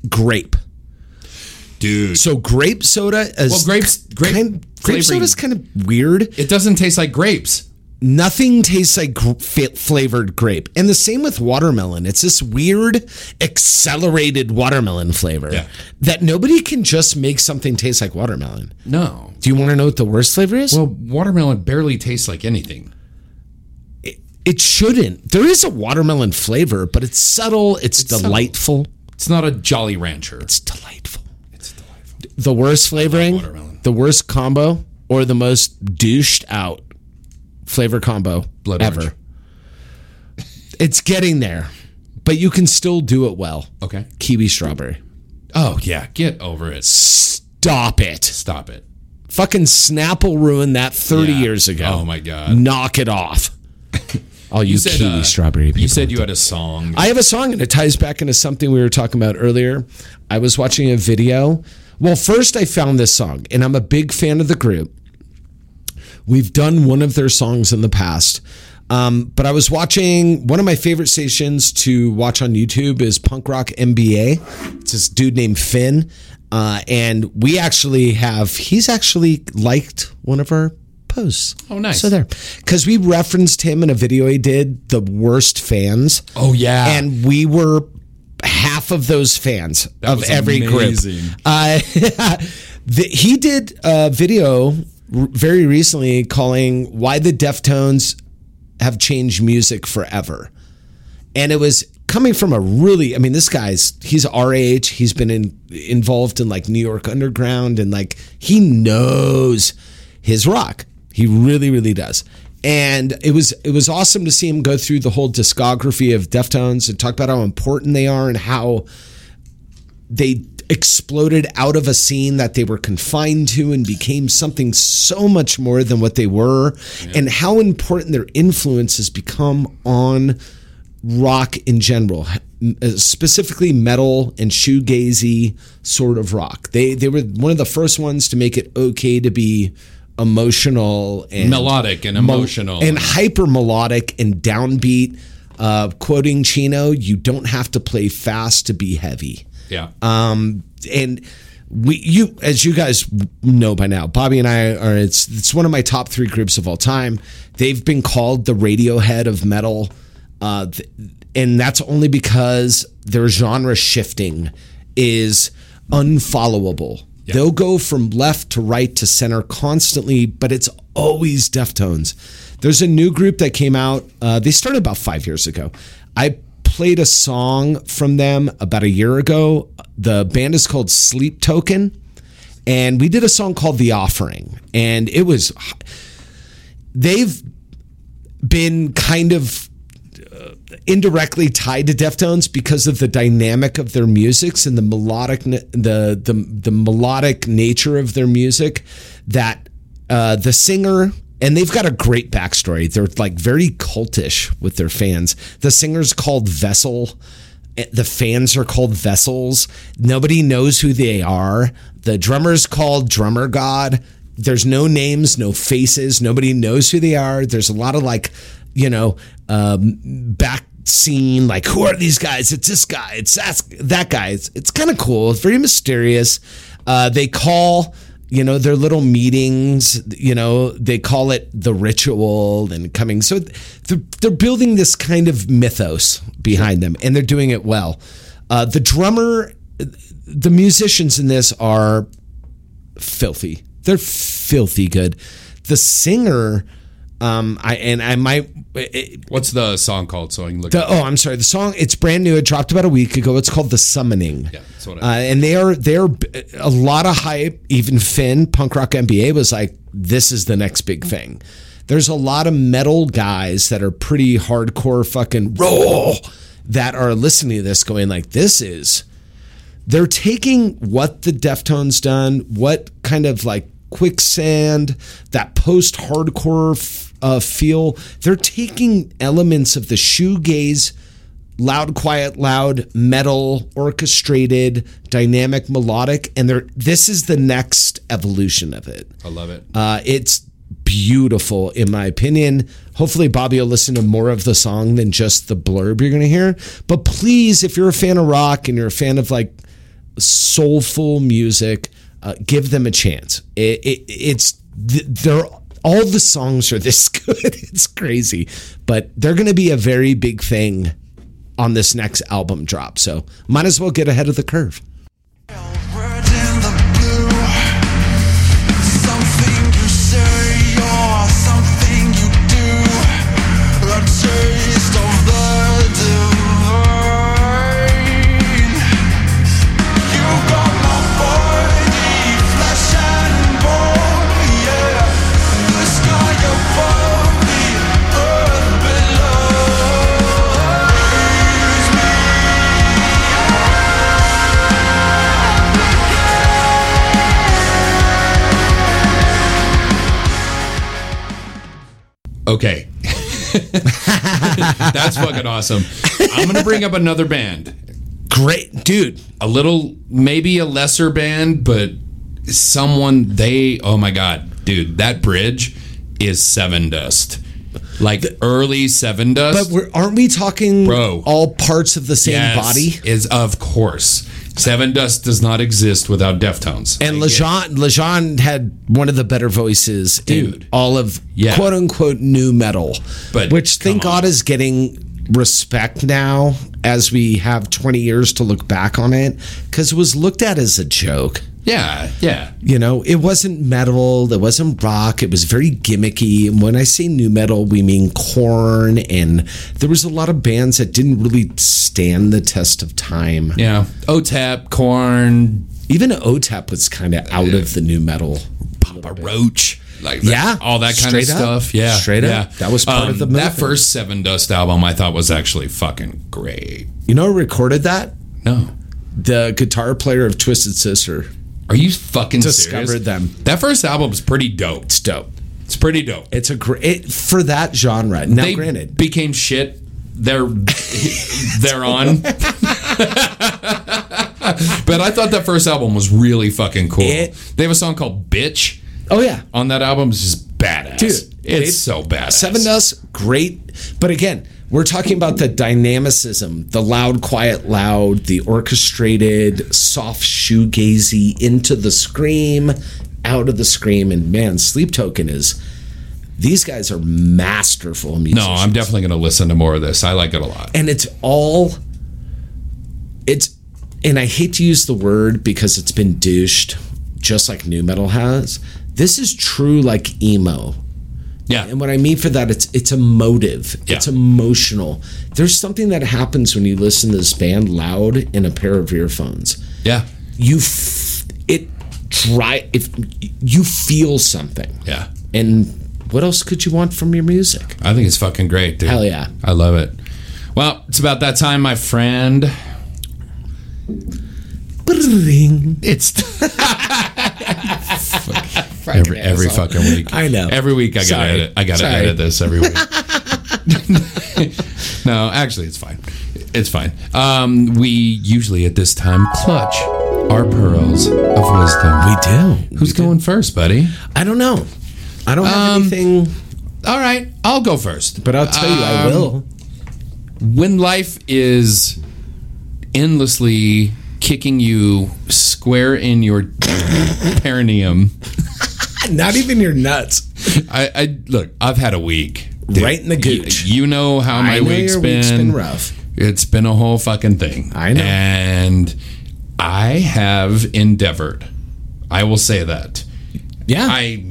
S3: grape.
S4: Dude.
S3: So grape soda is
S4: Well, grapes- grape
S3: kind, grape
S4: flavoring-
S3: soda is kind of weird.
S4: It doesn't taste like grapes.
S3: Nothing tastes like gr- fa- flavored grape, and the same with watermelon. It's this weird accelerated watermelon flavor
S4: Yeah.
S3: that nobody can just make something taste like watermelon.
S4: No.
S3: Do you want to know what the worst flavor is?
S4: Well, watermelon barely tastes like anything.
S3: It shouldn't. There is a watermelon flavor, but it's subtle. It's,
S4: subtle.
S3: delightful.
S4: It's not a Jolly Rancher.
S3: It's delightful. It's delightful. The worst flavoring,
S4: watermelon.
S3: the worst combo, or the most douched out flavor combo
S4: Blood
S3: ever.
S4: orange.
S3: It's getting there, but you can still do it well.
S4: Okay.
S3: Kiwi strawberry.
S4: Oh yeah, get over it.
S3: Stop it.
S4: Stop it.
S3: Fucking Snapple ruined that 30
S4: Yeah.
S3: years ago.
S4: Oh my god.
S3: Knock it off. All you,
S4: said,
S3: Kiwi
S4: uh,
S3: strawberry people.
S4: You said you had a song.
S3: I have a song and it ties back into something we were talking about earlier. I was watching a video. Well, first I found this song and I'm a big fan of the group. We've done one of their songs in the past. Um, but I was watching one of my favorite stations to watch on YouTube is Punk Rock MBA. It's this dude named Finn. Uh, and we actually have, he's actually liked one of our posts.
S4: Oh, nice.
S3: So there. Because we referenced him in a video he did, The Worst Fans
S4: oh yeah.
S3: and we were half of those fans of
S4: was
S3: every
S4: amazing.
S3: group. Uh, the, he did a video r- very recently calling why the Deftones have changed music forever, and it was coming from a really. I mean, this guy's he's our age. He's been in, involved in like New York underground, and like he knows his rock. He really, really does. And it was it was awesome to see him go through the whole discography of Deftones and talk about how important they are and how they exploded out of a scene that they were confined to and became something so much more than what they were and how important their influence has become on rock in general uh, specifically metal and shoegazy sort of rock they they were one of the first ones to make it okay to be emotional and
S4: melodic and
S3: mo-
S4: emotional.
S3: and hyper melodic and downbeat uh, quoting chino you don't have to play fast to be heavy
S4: yeah.
S3: um, and we you as you guys know by now bobby and i are it's it's one of my top three groups of all time they've been called the radiohead of metal uh, th- and that's only because their genre shifting is unfollowable they'll go from left to right to center constantly but it's always deftones there's a new group that came out uh, they started about five years ago i played a song from them about a year ago. The band is called Sleep Token, and we did a song called The Offering, and it was they've been kind of uh, indirectly tied to Deftones because of the dynamic of their musics and the melodic n- the the the melodic nature of their music that uh, the singer and they've got a great backstory. They're like very cultish with their fans. The singer's called Vessel. Eh, The fans are called Vessels. Nobody knows who they are. The drummer's called Drummer God. There's no names, no faces. Nobody knows who they are. There's a lot of like, you know, um, back scene like who are these guys it's this guy it's that, that guy it's, it's kind of cool it's very mysterious uh, they call you know their little meetings you know they call it the ritual and coming so they're, they're building this kind of mythos behind them and they're doing it well uh, the drummer the musicians in this are filthy they're filthy good the singer um, I and I might
S4: What's the song called? So I can look.
S3: the,
S4: it up.
S3: oh, I'm sorry. The song it's brand new. It dropped about a week ago. It's called "The Summoning."
S4: Yeah, that's what
S3: uh,
S4: I-
S3: and they are they're b- a lot of hype. Even Finn Punk Rock MBA was like, "This is the next big thing." There's a lot of metal guys that are pretty hardcore fucking roll that are listening to this, going like, "This is." They're taking what the Deftones done, what kind of like quicksand, that post-hardcore f- uh, feel. They're taking elements of the shoegaze loud quiet loud metal orchestrated dynamic melodic and they're this is the next evolution of it
S4: I love it.
S3: uh, it's beautiful in my opinion hopefully bobby will listen to more of the song than just the blurb you're going to hear but please if you're a fan of rock and you're a fan of like soulful music uh, give them a chance it, it, it's th- they're all the songs are this good it's crazy but they're going to be a very big thing on this next album drop so might as well get ahead of the curve
S5: Bird in the blue. Something you say or something you do. The taste of the divine. You got my body, flesh and bone, yeah. The sky above, the earth below.
S4: Okay. That's fucking awesome. I'm going to bring up another band.
S3: great dude
S4: A little, maybe a lesser band, but someone they, oh my God, dude, that bridge is Seven Dust. Like early Seven Dust.
S3: But we're, aren't we talking
S4: Bro.
S3: all parts of the same
S4: Yes,
S3: body?
S4: Is of course. Seven Dust does not exist without Deftones.
S3: And Lejean, Lejean had one of the better voices in
S4: Dude.
S3: all of
S4: Yeah.
S3: quote unquote new metal,
S4: But
S3: which thank
S4: come on.
S3: God is getting respect now as we have 20 years to look back on it because it was looked at as a joke.
S4: yeah, yeah.
S3: You know, it wasn't metal, it wasn't rock, it was very gimmicky. And when I say new metal, we mean corn. And there was a lot of bands that didn't really stand the test of time.
S4: Yeah. OTAP, Corn,
S3: Even OTAP was kind of out of the new metal. Papa Roach.
S4: like
S3: Yeah.
S4: all that kind
S3: Straight
S4: of
S3: up.
S4: stuff. Yeah,
S3: Straight up.
S4: yeah. Um,
S3: That was part of the movement.
S4: That first Seven Dust album, I thought was actually fucking great.
S3: You know who recorded that?
S4: No,
S3: The guitar player of Twisted Sister.
S4: are you fucking
S3: Discovered
S4: serious?
S3: them.
S4: That first album is pretty dope.
S3: It's dope.
S4: It's pretty dope.
S3: It's a great it, for that genre. Now,
S4: they
S3: granted,
S4: became shit. They're they're on. but I thought that first album was really fucking cool.
S3: It-
S4: they have a song called "Bitch"
S3: oh yeah,
S4: on that album. It's just badass.
S3: Dude,
S4: it's
S3: they-
S4: so badass.
S3: Seven Dust, great. But again, we're talking about the dynamicism, the loud, quiet, loud, the orchestrated, soft shoegazy into the scream, out of the scream, and man, Sleep Token is. These guys are masterful musicians.
S4: No, I'm definitely going to listen to more of this. I like it a lot.
S3: and it's all it's and I hate to use the word because it's been douched just like new metal has. This is true like emo.
S4: Yeah.
S3: And what I mean for that it's it's emotive.
S4: Yeah.
S3: It's emotional. There's something that happens when you listen to this band loud in a pair of earphones.
S4: Yeah.
S3: You f- it dry if you feel something.
S4: Yeah.
S3: And what else could you want from your music?
S4: I think it's fucking great, dude.
S3: Hell yeah.
S4: I love it. Well, it's about that time, my friend. It's every, every fucking week.
S3: I know.
S4: Every week I gotta
S3: Sorry.
S4: edit. I gotta
S3: Sorry.
S4: edit this every week. no, actually, it's fine. It's fine. Um, we usually at this time clutch our pearls of wisdom.
S3: We do.
S4: Who's going first, buddy?
S3: I don't know. I don't have
S4: Um,
S3: anything,
S4: All right, I'll go first.
S3: but I'll tell you, I
S4: Um,
S3: will.
S4: When life is endlessly kicking you square in your perineum,
S3: Not even your nuts.
S4: I, I look. I've had a week. Dick.
S3: Right in the gooch.
S4: You, you know how my
S3: I know
S4: week's
S3: your
S4: been.
S3: week's been rough.
S4: It's been a whole fucking thing.
S3: I know.
S4: And I have endeavored. I will say that.
S3: Yeah.
S4: I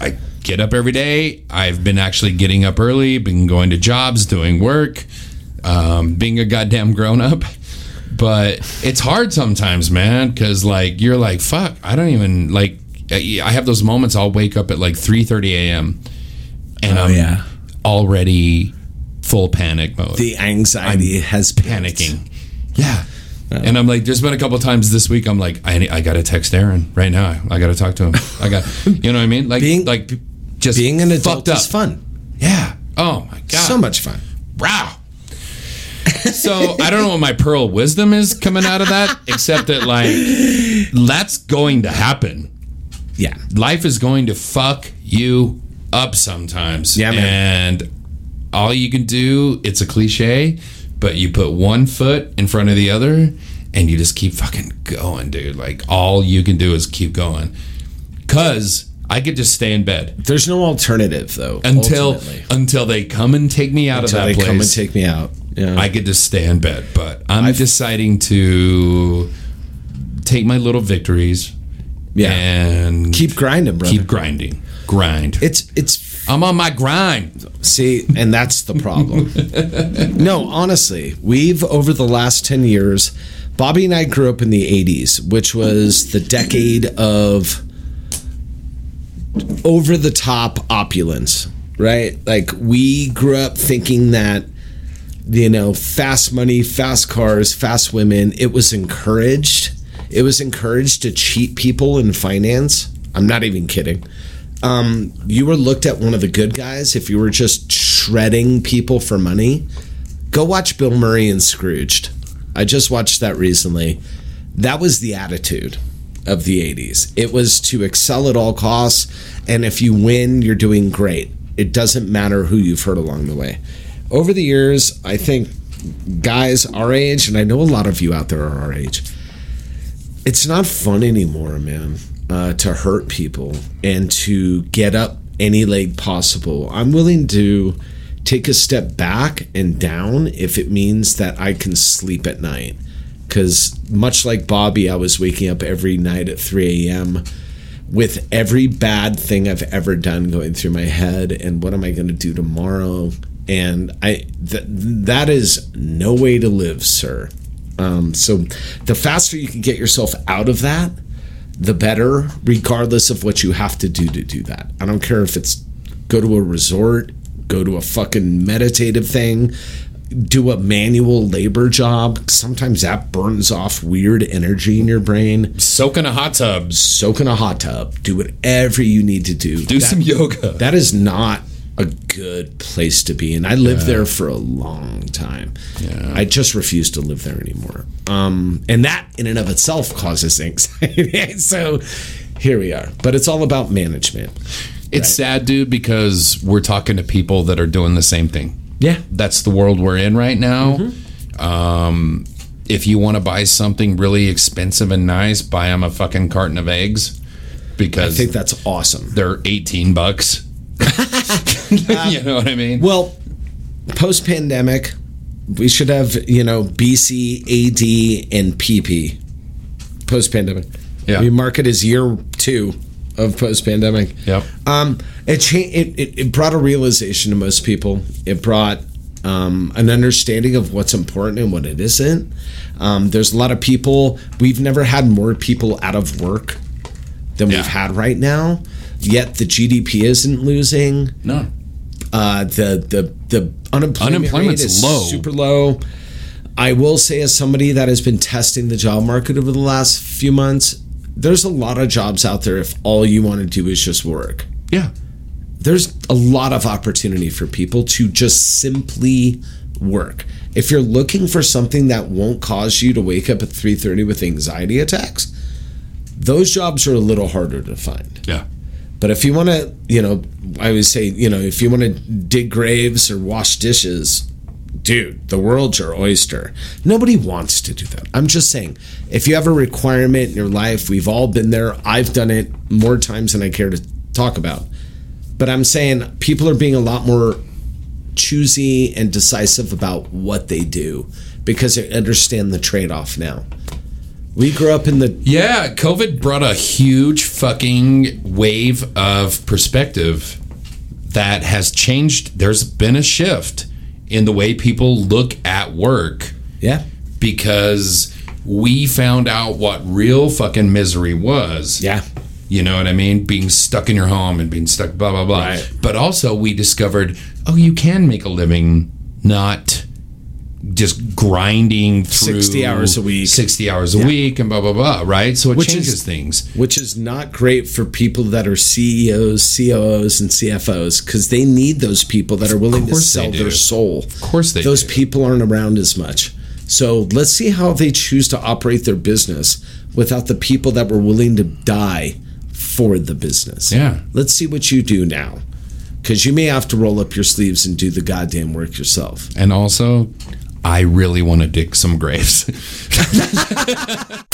S4: I get up every day. I've been actually getting up early, been going to jobs, doing work, um, being a goddamn grown up. But it's hard sometimes, man, because like you're like fuck. I don't even like. I I have those moments. I'll wake up at like three thirty a.m. and I'm
S3: Oh, yeah.
S4: already full panic mode
S3: the anxiety has picked.
S4: panicking. Yeah. And I'm like, there's been a couple times this week. I'm like, I, I got to text Aaron right now. I got to talk to him. I got, you know what I mean? Like,
S3: Being-
S4: like just
S3: Being an adult
S4: fucked up.
S3: is fun.
S4: Yeah. Oh my god.
S3: So much fun.
S4: Wow. so I don't know what my pearl wisdom is coming out of that, except that like that's going to happen.
S3: Yeah.
S4: Life is going to fuck you up sometimes.
S3: Yeah, man.
S4: And all you can do, it's a cliche, but you put one foot in front of the other and you just keep fucking going, dude. Like all you can do is keep going. Cause I could just stay in bed
S3: There's no alternative though.
S4: until
S3: ultimately.
S4: until they come and take me out
S3: until
S4: of
S3: they
S4: that place.
S3: come and take me out. Yeah.
S4: I could just stay in bed, but I'm deciding to take my little victories
S3: yeah.
S4: and
S3: keep grinding, brother.
S4: keep grinding. Grind.
S3: it's it's
S4: I'm on my grind.
S3: See, and that's the problem. no, honestly, we've over the last 10 years, Bobby and I grew up in the 80s, which was the decade of over the top opulence, right? Like we grew up thinking that you know, fast money, fast cars, fast women, it was encouraged. It was encouraged to cheat people in finance. I'm not even kidding um, you were looked at one of the good guys if you were just shredding people for money. Go watch Bill Murray and Scrooged. I just watched that recently. That was the attitude of the 80s. It was to excel at all costs, and if you win, you're doing great. It doesn't matter who you've hurt along the way. Over the years, I think guys our age, and I know a lot of you out there are our age, it's not fun anymore, man, uh, to hurt people and to get up any leg possible. I'm willing to take a step back and down if it means that I can sleep at night. Because much like Bobby, I was waking up every night at 3 a.m. with every bad thing I've ever done going through my head and what am I going to do tomorrow? And I th- that is no way to live, sir. Um, so the faster you can get yourself out of that, the better, regardless of what you have to do to do that. I don't care if it's go to a resort, go to a fucking meditative thing, do a manual labor job. Sometimes that burns off weird energy in your brain.
S4: Soak in a hot tub.
S3: Soak in a hot tub, do whatever you need to do.
S4: Do
S3: That-
S4: some yoga.
S3: That is not a good place to be. And I lived there for a long time. I just refuse to live there anymore. Um, and that in and of itself causes anxiety. so here we are. But it's all about management.
S4: It's sad, dude, because we're talking to people that are doing the same thing.
S3: Yeah.
S4: That's the world we're in right now. Um, if you want to buy something really expensive and nice, buy them a fucking carton of eggs
S3: I
S4: because
S3: think that's awesome.
S4: they're 18 bucks. you know what I mean?
S3: Well, post pandemic, we should have, you know, BC, AD, and PP. Post pandemic.
S4: Yeah.
S3: We mark it as year two of post pandemic.
S4: Yep.
S3: Um, it, cha- it, it it brought a realization to most people. It brought um, an understanding of what's important and what it isn't. Um, there's a lot of people. We've never had more people out of work than
S4: Yeah.
S3: we've had right now. Yet the GDP isn't losing.
S4: No.
S3: Uh, the the the unemployment
S4: Unemployment's
S3: rate is
S4: low.
S3: super low. I will say, as somebody that has been testing the job market over the last few months, there's a lot of jobs out there. If all you want to do is just work,
S4: Yeah.
S3: there's a lot of opportunity for people to just simply work. If you're looking for something that won't cause you to wake up at 3:30 with anxiety attacks, those jobs are a little harder to find.
S4: Yeah.
S3: But if you want to, you know, I always say, you know, if you want to dig graves or wash dishes, dude, the world's your oyster. Nobody wants to do that. I'm just saying, if you have a requirement in your life, we've all been there. I've done it more times than I care to talk about. But I'm saying people are being a lot more choosy and decisive about what they do because they understand the trade off now. We grew up in the
S4: Yeah, COVID brought a huge fucking wave of perspective that has changed. There's been a shift in the way people look at work
S3: yeah
S4: because we found out what real fucking misery was.
S3: yeah
S4: You know what I mean? Being stuck in your home and being stuck, blah, blah, blah. But also, we discovered oh, you can make a living not just grinding through
S3: 60 hours a week.
S4: 60 hours a week, and blah, blah, blah, right? So it
S3: Which
S4: changes
S3: is-
S4: things.
S3: which is not great for people that are E CEOs, COOs, and CFOs because they need those people that are willing to
S4: course
S3: sell
S4: they do.
S3: their soul.
S4: Of course they
S3: those
S4: do.
S3: people aren't around as much. So let's see how they choose to operate their business without the people that were willing to die for the business.
S4: Yeah.
S3: Let's see what you do now because you may have to roll up your sleeves and do the goddamn work yourself.
S4: And also, I really want to dig some graves.
S5: Oh, Oh, Oh,